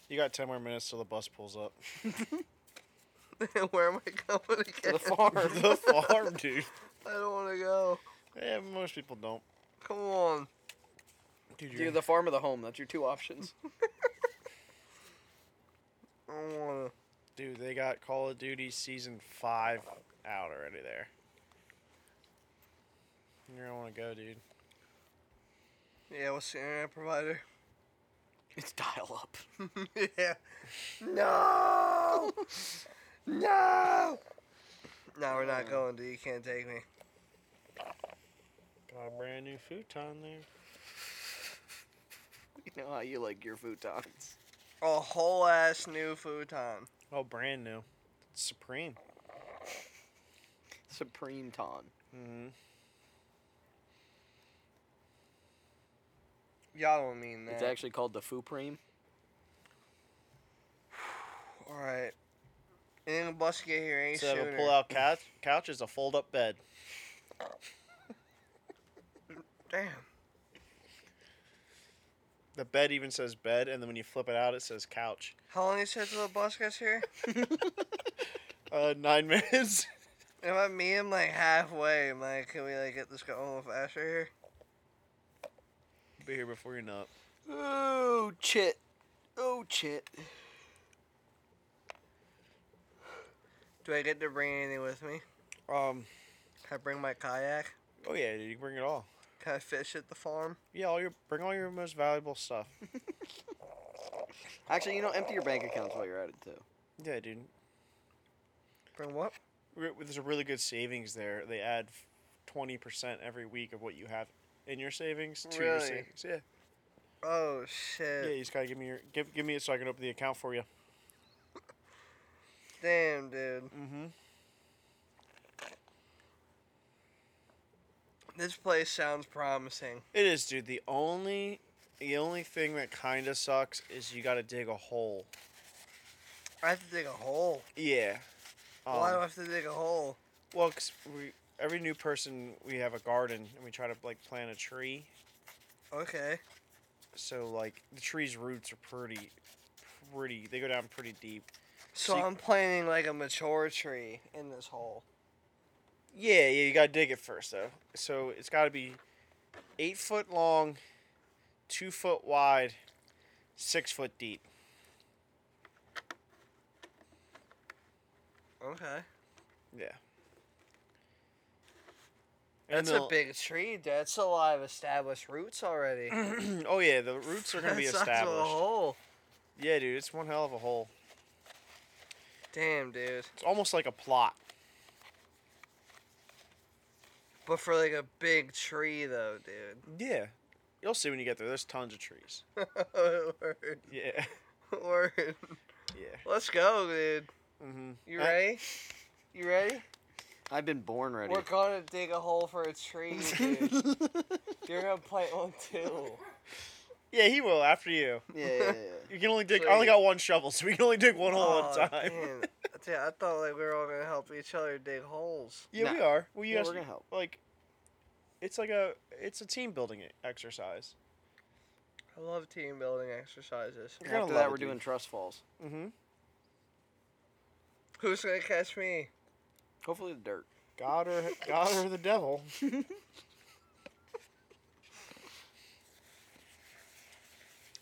Speaker 2: You got ten more minutes till the bus pulls up. [laughs]
Speaker 1: Where am I going
Speaker 3: To
Speaker 1: again?
Speaker 3: [laughs] the farm.
Speaker 2: the farm, dude.
Speaker 1: I don't want to go.
Speaker 2: Yeah, most people don't.
Speaker 1: Come on.
Speaker 2: Dude,
Speaker 3: Either the farm or the home. That's your two options.
Speaker 1: I don't want
Speaker 2: dude, they got Call of Duty season five out already. There. You don't want to go, dude.
Speaker 1: to. Yeah, what's the internet provider?
Speaker 3: [laughs]
Speaker 1: [laughs]
Speaker 3: It's dial up. [laughs]
Speaker 1: yeah. No! no! No, we're not going, dude. You can't take me.
Speaker 2: Got a brand new futon there.
Speaker 3: You know how you like your futons.
Speaker 1: A whole ass new futon.
Speaker 2: Oh, brand new. It's Supreme.
Speaker 3: Supreme Ton.
Speaker 2: Mm-hmm.
Speaker 1: Y'all don't mean that.
Speaker 3: It's actually called the Fupreme.
Speaker 1: Alright. And the bus get here ain't
Speaker 2: Instead of a
Speaker 1: sooner.
Speaker 2: pull-out couch, couch is a fold-up bed.
Speaker 1: Damn.
Speaker 2: The bed even says bed, and then when you flip it out, it says couch.
Speaker 1: How long you said till the bus gets here? [laughs]
Speaker 2: Uh, nine [laughs] minutes.
Speaker 1: And if I meet him like halfway, I'm like, can we like get this going a little faster here?
Speaker 2: Be here before you're not.
Speaker 3: Oh, chit. Oh, chit.
Speaker 1: Do I get to bring anything with me?
Speaker 2: Um.
Speaker 1: Can I bring my kayak?
Speaker 2: Oh yeah, dude, you can bring it all.
Speaker 1: Can I fish at the farm?
Speaker 2: Yeah, all your bring all your most valuable stuff. [laughs]
Speaker 3: Actually, you know, empty your bank accounts while you're at it, too.
Speaker 2: yeah, dude.
Speaker 1: Bring what?
Speaker 2: Re- There's a really good savings there. They add twenty percent every week of what you have in your savings to your
Speaker 1: Really?
Speaker 2: savings. Yeah.
Speaker 1: Oh
Speaker 2: Yeah, you
Speaker 1: shit!
Speaker 2: just gotta give me your give, give me it so I can open the account for you.
Speaker 1: Damn, dude.
Speaker 2: Mm-hmm.
Speaker 1: This place sounds promising.
Speaker 2: It is, dude. The only the only thing that kind of sucks is you gotta dig a hole.
Speaker 1: I have to dig a hole.
Speaker 2: Yeah. Um,
Speaker 1: Why do I have to dig a hole?
Speaker 2: Well, 'cause we every new person we have a garden and we try to like plant a tree.
Speaker 1: Okay.
Speaker 2: So like the tree's roots are pretty, pretty. They go down pretty deep.
Speaker 1: So
Speaker 2: See-
Speaker 1: I'm planting like a mature tree in this hole.
Speaker 2: Yeah, yeah. You gotta dig it first though. So it's gotta be eight foot long, two foot wide, six foot deep.
Speaker 1: Okay.
Speaker 2: Yeah. And
Speaker 1: That's a
Speaker 2: they'll-
Speaker 1: big tree. That's a lot of established roots already.
Speaker 2: [clears throat] oh yeah, the roots [laughs]
Speaker 1: [laughs]
Speaker 2: are gonna be
Speaker 1: That size of A
Speaker 2: established.
Speaker 1: hole.
Speaker 2: Yeah, dude, it's one hell of a hole.
Speaker 1: Damn, dude.
Speaker 2: It's almost like a plot.
Speaker 1: But for like a big tree though, dude. [laughs]
Speaker 2: Yeah. You'll see when you get there. There's tons of trees.
Speaker 1: word,
Speaker 2: Yeah. [laughs]
Speaker 1: word.
Speaker 2: Yeah.
Speaker 1: Let's go, dude.
Speaker 2: Mm-hmm.
Speaker 1: You ready? You ready?
Speaker 3: I've been born ready.
Speaker 1: We're gonna dig a hole for a tree, dude. You're gonna plant one too.
Speaker 2: yeah, he will after you.
Speaker 3: yeah, [laughs] yeah, yeah.
Speaker 2: You can only dig. I
Speaker 1: Sweet.
Speaker 2: only got one shovel, [laughs] so we can only dig one hole at
Speaker 1: Aw,
Speaker 2: a time.
Speaker 1: Oh, damn. Dude, I thought like we were all gonna help each other dig holes.
Speaker 2: [laughs] Yeah,
Speaker 3: Nah.
Speaker 2: we are. Well, you
Speaker 3: Yeah,
Speaker 2: guys
Speaker 3: we're gonna help.
Speaker 2: like. It's like a it's a team building e- exercise.
Speaker 1: I love team building exercises.
Speaker 2: You're gonna
Speaker 3: After
Speaker 2: love
Speaker 3: that,
Speaker 2: it,
Speaker 3: we're
Speaker 2: dude.
Speaker 3: doing trust falls.
Speaker 2: Mm-hmm.
Speaker 1: Who's gonna catch me?
Speaker 3: Hopefully, the dirt.
Speaker 2: God or God or the devil.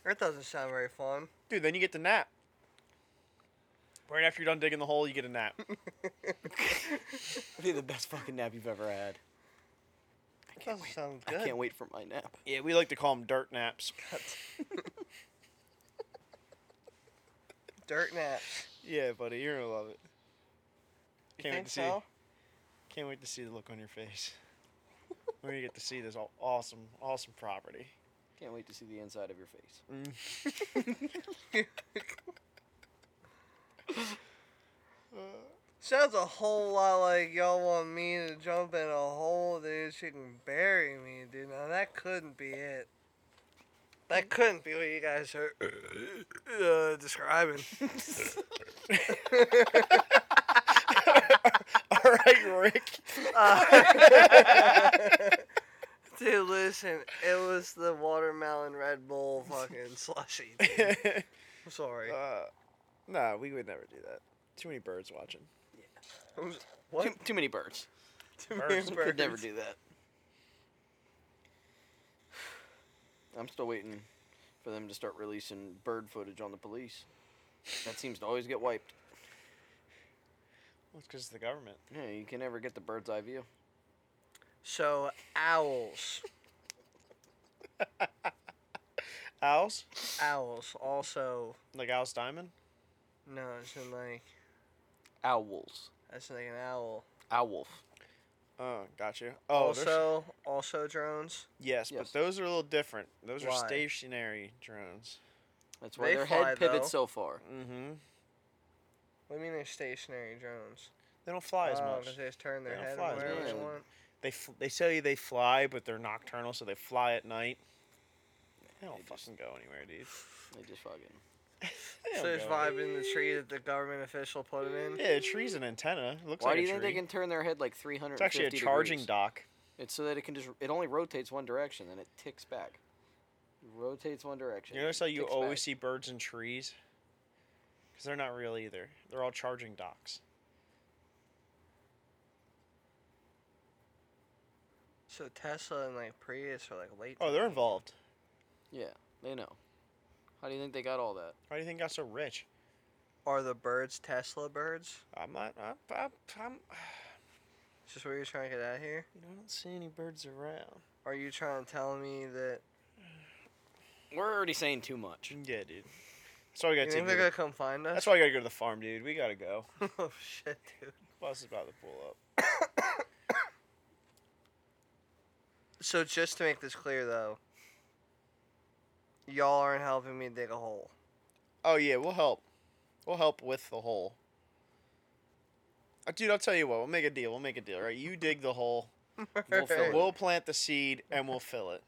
Speaker 1: That doesn't sound very fun.
Speaker 2: Dude, then you get to nap. Right after you're done digging the hole, you get a nap.
Speaker 3: It'd be the best fucking nap you've ever had.
Speaker 1: Doesn't sound
Speaker 3: I
Speaker 1: good.
Speaker 3: can't wait for my nap.
Speaker 2: yeah, we like to call them dirt naps.
Speaker 1: Dirt naps.
Speaker 2: yeah, buddy, you're gonna love it.
Speaker 1: You
Speaker 2: Can't wait
Speaker 1: think
Speaker 2: to see.
Speaker 1: so?
Speaker 2: Can't wait to see the look on your face. We're gonna get to see this aw- awesome, awesome property. [laughs]
Speaker 3: Can't wait to see the inside of your face.
Speaker 1: Sounds a whole lot like y'all want me to jump in a hole, dude. She can bury me, dude. Now that couldn't be it. That couldn't be what you guys are uh, describing.
Speaker 2: [laughs] All right, Rick. [laughs]
Speaker 1: Dude, listen, it was the watermelon Red
Speaker 2: [laughs]
Speaker 1: Bull fucking slushy. dude. I'm sorry.
Speaker 2: uh, nah, we would never do that. Too many birds watching.
Speaker 1: What?
Speaker 3: Too, too many birds.
Speaker 1: Too
Speaker 2: birds.
Speaker 1: many
Speaker 2: You
Speaker 3: Could
Speaker 1: [laughs]
Speaker 3: never
Speaker 1: birds.
Speaker 3: do that. I'm still waiting for them to start releasing bird footage on the police. That seems to always get wiped.
Speaker 2: Well, it's because the government.
Speaker 3: Yeah, you can never get the bird's eye view.
Speaker 1: So, owls.
Speaker 2: Owls?
Speaker 1: Owls also.
Speaker 2: Like Alice Diamond?
Speaker 1: No, it's in like.
Speaker 3: Owls.
Speaker 1: That's like an owl.
Speaker 3: Owl.
Speaker 2: Oh, gotcha. Oh, there's-
Speaker 1: also, also drones.
Speaker 2: yes,
Speaker 3: Yes.
Speaker 2: but those are a little different. Those
Speaker 1: Why?
Speaker 2: are stationary drones.
Speaker 3: That's why
Speaker 1: They
Speaker 3: their
Speaker 1: fly,
Speaker 3: head pivots
Speaker 1: though.
Speaker 3: so far.
Speaker 2: Mm-hmm.
Speaker 1: What do you mean they're stationary drones?
Speaker 2: They don't fly as
Speaker 1: Oh,
Speaker 2: much.
Speaker 1: 'cause they just turn their
Speaker 2: They don't
Speaker 1: head
Speaker 2: fly as
Speaker 1: wherever
Speaker 3: much.
Speaker 1: they
Speaker 3: Yeah.
Speaker 1: want.
Speaker 2: They f- they tell you they fly, but they're nocturnal, so they fly at night. They don't
Speaker 3: They just-
Speaker 2: fucking go anywhere, dude.
Speaker 3: They just fucking.
Speaker 2: They
Speaker 1: So
Speaker 2: don't
Speaker 1: there's
Speaker 2: go
Speaker 1: vibe in the tree that the government official put it in.
Speaker 2: anywhere. Yeah, a tree's an antenna. It looks
Speaker 3: Why
Speaker 2: like
Speaker 3: do
Speaker 2: a
Speaker 3: you think
Speaker 2: tree.
Speaker 3: they can turn their head like 350
Speaker 2: It's actually a charging
Speaker 3: degrees?
Speaker 2: dock.
Speaker 3: It's so that it can just. It only rotates one direction, and it ticks back. Rotates one direction.
Speaker 2: You notice how you
Speaker 3: ticks
Speaker 2: always
Speaker 3: back.
Speaker 2: see birds in trees? Because they're not real either. They're all charging docks.
Speaker 1: So Tesla and like Prius are like late.
Speaker 2: Oh, they're involved.
Speaker 3: Yeah, they know. How do you think they got all that?
Speaker 2: Why do you think I got so rich?
Speaker 1: Are the birds Tesla birds?
Speaker 2: I'm not. I'm. I'm, I'm
Speaker 1: Is this what you're trying to get out here?
Speaker 2: you know, I don't see any birds around.
Speaker 1: Are you trying to tell me that
Speaker 3: We're already saying too much.
Speaker 2: Yeah, dude. That's why we
Speaker 1: you
Speaker 2: got to.
Speaker 1: think they're gonna come find us?
Speaker 2: That's why we got to go to the farm, dude. We gotta go.
Speaker 1: [laughs] oh shit, dude.
Speaker 2: Bus is about to pull up.
Speaker 1: So just to make this clear, though, y'all aren't helping me dig a hole.
Speaker 2: Oh yeah, we'll help. We'll help with the hole. Uh, Dude, I'll tell you what. We'll make a deal. We'll make a deal, right? You dig the hole.
Speaker 3: We'll
Speaker 1: [laughs]
Speaker 3: fill it.
Speaker 2: We'll plant the seed and we'll fill it.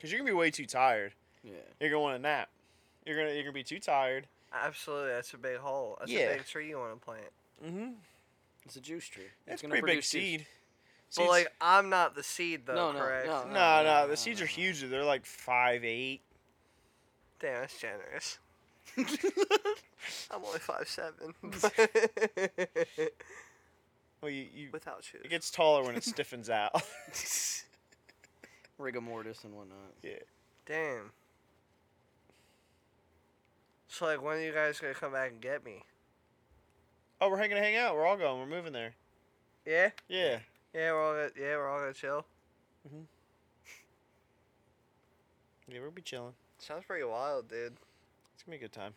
Speaker 2: Cause you're gonna be way too tired.
Speaker 3: Yeah.
Speaker 2: You're gonna want to nap. You're gonna you're gonna be too tired.
Speaker 1: Absolutely, that's a big hole. That's
Speaker 2: Yeah.
Speaker 1: a big tree you want to plant.
Speaker 2: Mm-hmm.
Speaker 3: It's a juice tree.
Speaker 2: That's
Speaker 3: It's
Speaker 2: a
Speaker 3: gonna
Speaker 2: pretty big
Speaker 3: produce juice.
Speaker 2: seed.
Speaker 1: But like, I'm not the seed though,
Speaker 3: No, no,
Speaker 1: correct?
Speaker 2: no,
Speaker 3: no.
Speaker 2: no,
Speaker 3: no,
Speaker 2: the
Speaker 3: no,
Speaker 2: seeds
Speaker 3: no,
Speaker 2: are
Speaker 3: no.
Speaker 2: huge. They're like five, eight.
Speaker 1: Damn, that's generous.
Speaker 3: [laughs]
Speaker 1: I'm only five [laughs] seven.
Speaker 2: Well, you, you
Speaker 1: Without shoes.
Speaker 2: it gets taller when it stiffens out. [laughs]
Speaker 3: Rigor mortis and whatnot.
Speaker 1: Damn. So like, when are you guys gonna come back and get me?
Speaker 2: oh, we're gonna hang out. We're all going. We're moving there.
Speaker 1: Yeah.
Speaker 2: Yeah.
Speaker 1: Yeah, we're all gonna, yeah, we're all gonna chill.
Speaker 2: Yeah, we'll be chilling.
Speaker 1: Sounds pretty wild, dude.
Speaker 2: It's gonna be a good time.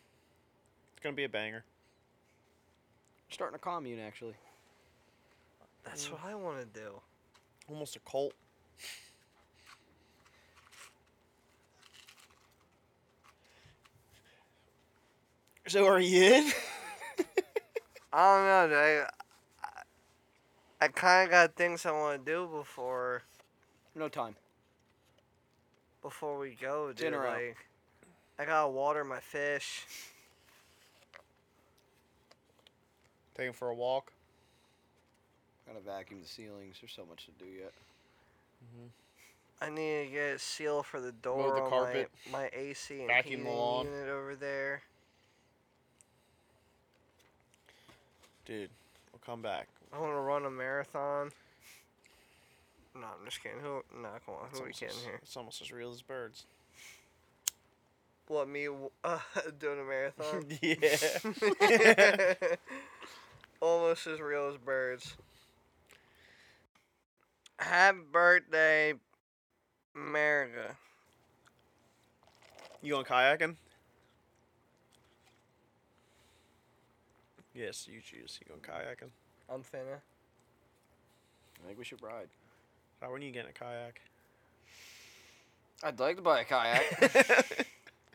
Speaker 2: It's gonna be a banger.
Speaker 3: Starting a commune actually.
Speaker 1: That's what I want to do.
Speaker 2: Almost a cult. So are you in? [laughs]
Speaker 1: I don't know. dude. I, I kind of got things I want to do before
Speaker 3: No time.
Speaker 1: before we go, dude.
Speaker 3: Dinner out.
Speaker 1: Like, I gotta water my fish.
Speaker 2: Taking for a walk.
Speaker 3: Gotta vacuum the ceilings. There's so much to do yet.
Speaker 1: I need to get a seal for the door
Speaker 2: the
Speaker 1: on
Speaker 2: carpet.
Speaker 1: My, my AC and
Speaker 2: Vacuum the
Speaker 1: heating
Speaker 2: lawn.
Speaker 1: unit over there.
Speaker 2: Dude, we'll come back.
Speaker 1: I want to run a marathon. No, I'm just kidding. Who? No, come on. Who are we
Speaker 2: almost
Speaker 1: kidding
Speaker 2: as-
Speaker 1: here?
Speaker 2: It's almost as real
Speaker 1: [laughs]
Speaker 2: as birds.
Speaker 1: What me w- [laughs] uh, doing a marathon?
Speaker 2: [laughs]
Speaker 1: [laughs]
Speaker 2: yeah.
Speaker 1: Almost as real as birds. Happy birthday, America.
Speaker 2: you going kayaking? Yes, you choose. You going kayaking?
Speaker 1: I'm finna.
Speaker 3: I think we should ride.
Speaker 2: How when you getting a
Speaker 1: [laughs]
Speaker 2: kayak? [laughs]
Speaker 3: I'd like to buy a [laughs] kayak.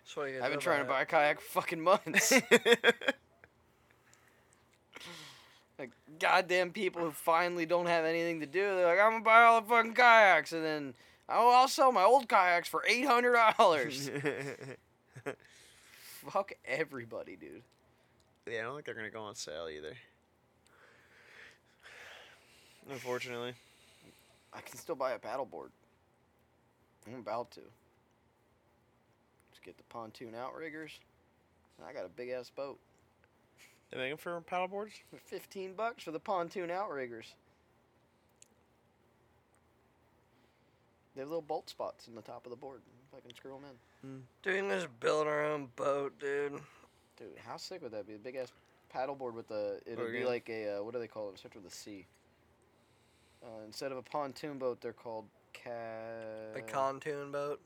Speaker 1: So what are you gonna
Speaker 3: I've been
Speaker 1: do
Speaker 3: trying to
Speaker 1: about
Speaker 3: buy a kayak for fucking months. [laughs] like goddamn people who finally don't have anything to do. They're like, I'm gonna buy all the fucking kayaks, and then oh, I'll sell my old kayaks for eight hundred [laughs] dollars.
Speaker 2: [laughs]
Speaker 3: Fuck everybody, dude.
Speaker 2: Yeah, I don't think they're gonna go on sale either. Unfortunately.
Speaker 3: I can still buy a paddleboard. I'm about to. Just get the pontoon outriggers. I got a big ass boat.
Speaker 2: They make them for paddle boards?
Speaker 3: Fifteen bucks for the pontoon outriggers. They have little bolt spots in the top of the board. If I can screw them in.
Speaker 1: Dude, we can just build our own boat, dude.
Speaker 3: Dude, how sick would that be? A big ass paddleboard with the. It'd
Speaker 2: Or
Speaker 3: be
Speaker 2: again.
Speaker 3: like a uh, what do they call it? It starts with a C. Uh, instead of a pontoon boat, they're called ca.
Speaker 1: A
Speaker 3: [laughs]
Speaker 1: pontoon boat.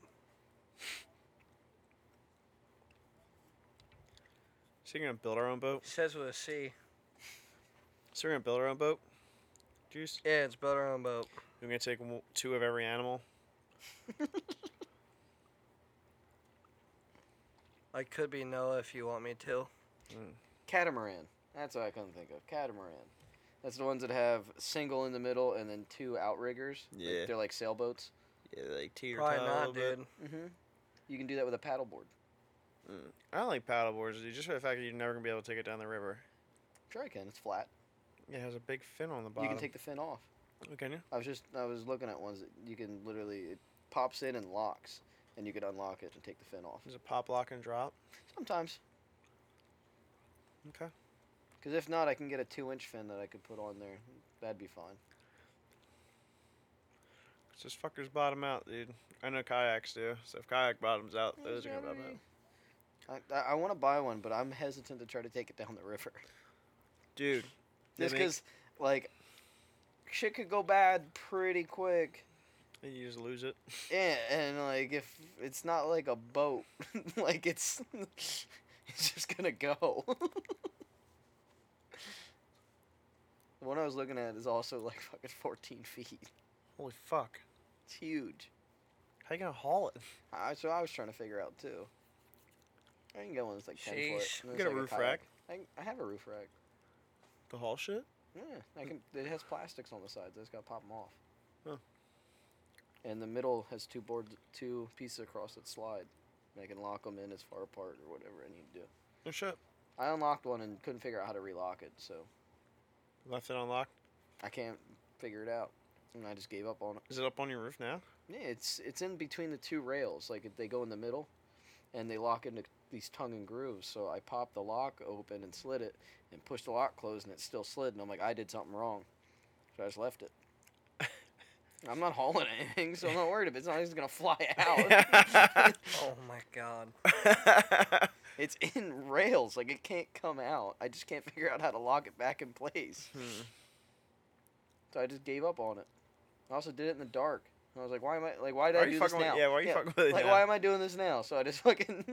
Speaker 2: So you're gonna build our own boat?
Speaker 1: He says with a C.
Speaker 2: So we're gonna build our own boat? Juice?
Speaker 1: Yeah, it's build our own boat.
Speaker 2: We're gonna take w- two of every animal?
Speaker 1: I could be Noah if you want me to.
Speaker 3: catamaran. That's what I couldn't think of. Catamaran. That's the ones that have single in the middle and then two outriggers. Like,
Speaker 2: Yeah.
Speaker 3: they're like sailboats.
Speaker 2: Yeah, like teeter
Speaker 1: Probably not, dude.
Speaker 3: Mm-hmm. You can do that with a paddleboard.
Speaker 2: I don't like paddle boards, dude, just for the fact that you're never gonna be able to take it down the river.
Speaker 3: Sure, I can. It's flat.
Speaker 2: It has a big fin on the bottom.
Speaker 3: You can take the fin off.
Speaker 2: Oh, can you?
Speaker 3: I was just I was looking at ones that you can literally it pops in and locks, and you could unlock it and take the fin off.
Speaker 2: Is it pop, lock, and drop?
Speaker 3: Sometimes.
Speaker 2: Okay.
Speaker 3: Because if not, I can get a two inch fin that I could put on there. That'd be fine.
Speaker 2: 'Cause Those fuckers bottom out, dude. I know kayaks do, so if kayak bottoms out, those are gonna bottom out.
Speaker 3: I, I, I want to buy one, but I'm hesitant to try to take it down the river.
Speaker 2: Dude. they make-
Speaker 3: Just because, like, shit could go bad pretty quick.
Speaker 2: And you just lose it.
Speaker 3: Yeah, and, like, if it's not like a boat, [laughs] like, it's. [laughs] It's just gonna go. The one I was looking at is also like fucking 14 feet.
Speaker 2: Holy fuck.
Speaker 3: It's huge.
Speaker 2: How you gonna haul it?
Speaker 3: I, so I was trying to figure out too. I can get one that's like 10
Speaker 1: Sheesh.
Speaker 3: foot. and
Speaker 2: Get
Speaker 3: it's
Speaker 2: a
Speaker 3: like
Speaker 2: roof
Speaker 3: kayak.
Speaker 2: rack.
Speaker 3: I, can- I have a roof rack.
Speaker 2: The haul shit?
Speaker 3: Yeah, I can. It has plastics on the sides. I just gotta pop them off.
Speaker 2: Huh.
Speaker 3: And the middle has two board, two pieces across that slide. And I can lock them in as far apart or whatever I need to do.
Speaker 2: No shit.
Speaker 3: I unlocked one and couldn't figure out how to relock it, so
Speaker 2: Left it unlocked.
Speaker 3: I can't figure it out, and I just gave up on it.
Speaker 2: Is it up on your roof
Speaker 3: [laughs]
Speaker 2: now?
Speaker 3: Yeah, it's it's in between the two rails. Like they go in the middle, and they lock into these tongue and grooves. So I popped the lock open and slid it, and pushed the lock closed, and it still slid. And I'm like, I did something wrong, so I just left it. I'm not hauling anything, so I'm not worried if it's not just gonna fly
Speaker 2: [laughs]
Speaker 3: out.
Speaker 1: Oh my god.
Speaker 3: [laughs] it's in rails, like it can't come out. I just can't figure out how to lock it back in place.
Speaker 2: Hmm.
Speaker 3: So I just gave up on it. I also did it in the dark. I was like, why am I like why did
Speaker 2: Why
Speaker 3: I
Speaker 2: you
Speaker 3: do this
Speaker 2: fucking with-
Speaker 3: now?
Speaker 2: yeah, why you fucking with it
Speaker 3: Like
Speaker 2: now?
Speaker 3: why am I doing this now? So I just [laughs] fucking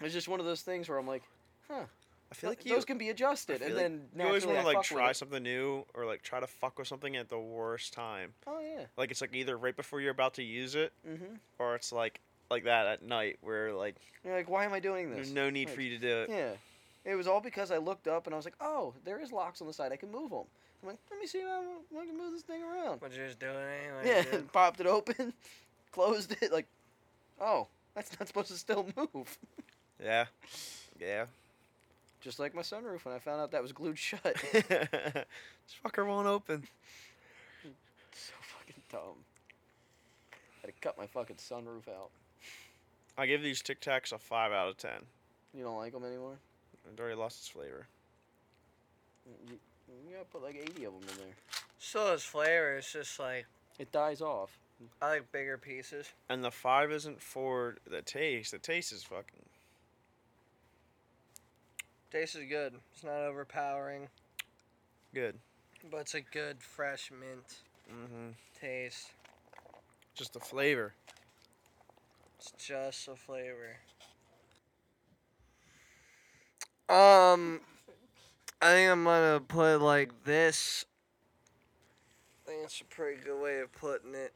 Speaker 3: It's just one of those things where I'm like, "Uh,
Speaker 2: I feel like you,
Speaker 3: those can be adjusted
Speaker 2: I
Speaker 3: and
Speaker 2: feel
Speaker 3: then
Speaker 2: you always
Speaker 3: want to
Speaker 2: like try something new or like try to fuck with something at the worst time.
Speaker 3: Oh yeah.
Speaker 2: Like it's like either right before you're about to use it
Speaker 3: Mhm.
Speaker 2: or it's like like that at night where like
Speaker 3: You're like, why am I doing this?
Speaker 2: there's no need for
Speaker 3: Like,
Speaker 2: you to do it.
Speaker 3: Yeah. It was all because I looked up and I was like, "Oh, there is locks on the side. I can move them." I'm like, "Let me see if I I can move this thing around."
Speaker 1: What you just doing anyway?
Speaker 3: Yeah,
Speaker 1: dude?
Speaker 3: [laughs] popped it open, closed it. Like, oh, that's not supposed to still [laughs] move.
Speaker 2: Yeah. Yeah.
Speaker 3: Just like my sunroof when I found out that was glued [laughs] shut. so
Speaker 2: [laughs] this fucker won't open.
Speaker 3: fucking dumb. I had to cut my fucking sunroof out.
Speaker 2: I give these Tic Tacs a five out of ten.
Speaker 3: You don't like them anymore?
Speaker 2: It already lost its flavor.
Speaker 3: You, you gotta put like 80 of them in there.
Speaker 1: Still has flavor. It's just like
Speaker 3: It dies off.
Speaker 1: I like bigger pieces.
Speaker 2: And the five isn't for the taste. The taste is fucking.
Speaker 1: Tastes is good. It's not overpowering,
Speaker 2: Good.
Speaker 1: but it's a good fresh mint
Speaker 2: Mm-hmm.
Speaker 1: taste.
Speaker 2: Just the flavor.
Speaker 1: It's just a flavor. Um, I think I'm gonna put it like this. I think it's a pretty good way of putting it.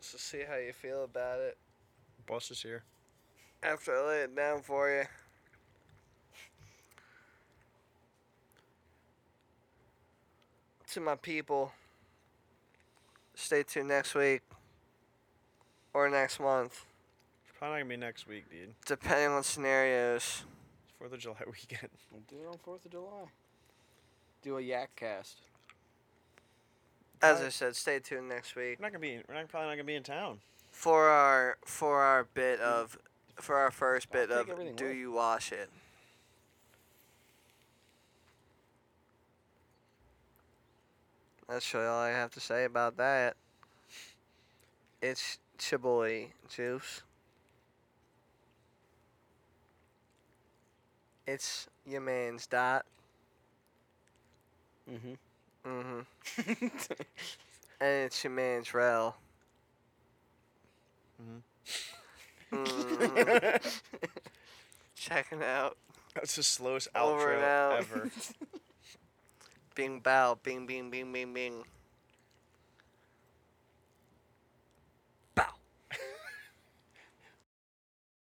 Speaker 1: So see how you feel about it
Speaker 2: Boss is here.
Speaker 1: after I lay it down for you. To my people, stay tuned next week or next month.
Speaker 2: It's probably not gonna be next week, dude.
Speaker 1: depending on scenarios.
Speaker 2: It's Fourth of July [laughs] weekend.
Speaker 3: We'll do it on 4th of July. Do a yak cast.
Speaker 1: As I
Speaker 2: Alright.
Speaker 1: said, stay tuned next week
Speaker 2: We're not gonna be. We're not, probably not gonna be in town.
Speaker 1: for our for our bit of for our first
Speaker 3: I'll
Speaker 1: bit
Speaker 3: take
Speaker 1: of
Speaker 3: everything
Speaker 1: do
Speaker 3: with.
Speaker 1: you wash it? That's really all I have to say about that. It's Chiboy Juice. It's your man's dot.
Speaker 3: [laughs] Mm-hmm.
Speaker 1: Mm-hmm. And it's your man's Rel.
Speaker 2: Mhm.
Speaker 1: Mm, [laughs] checking out.
Speaker 2: That's the slowest
Speaker 1: Over [laughs]
Speaker 2: outro
Speaker 1: and out.
Speaker 2: ever.
Speaker 1: Bing bow, bing bing bing bing bing.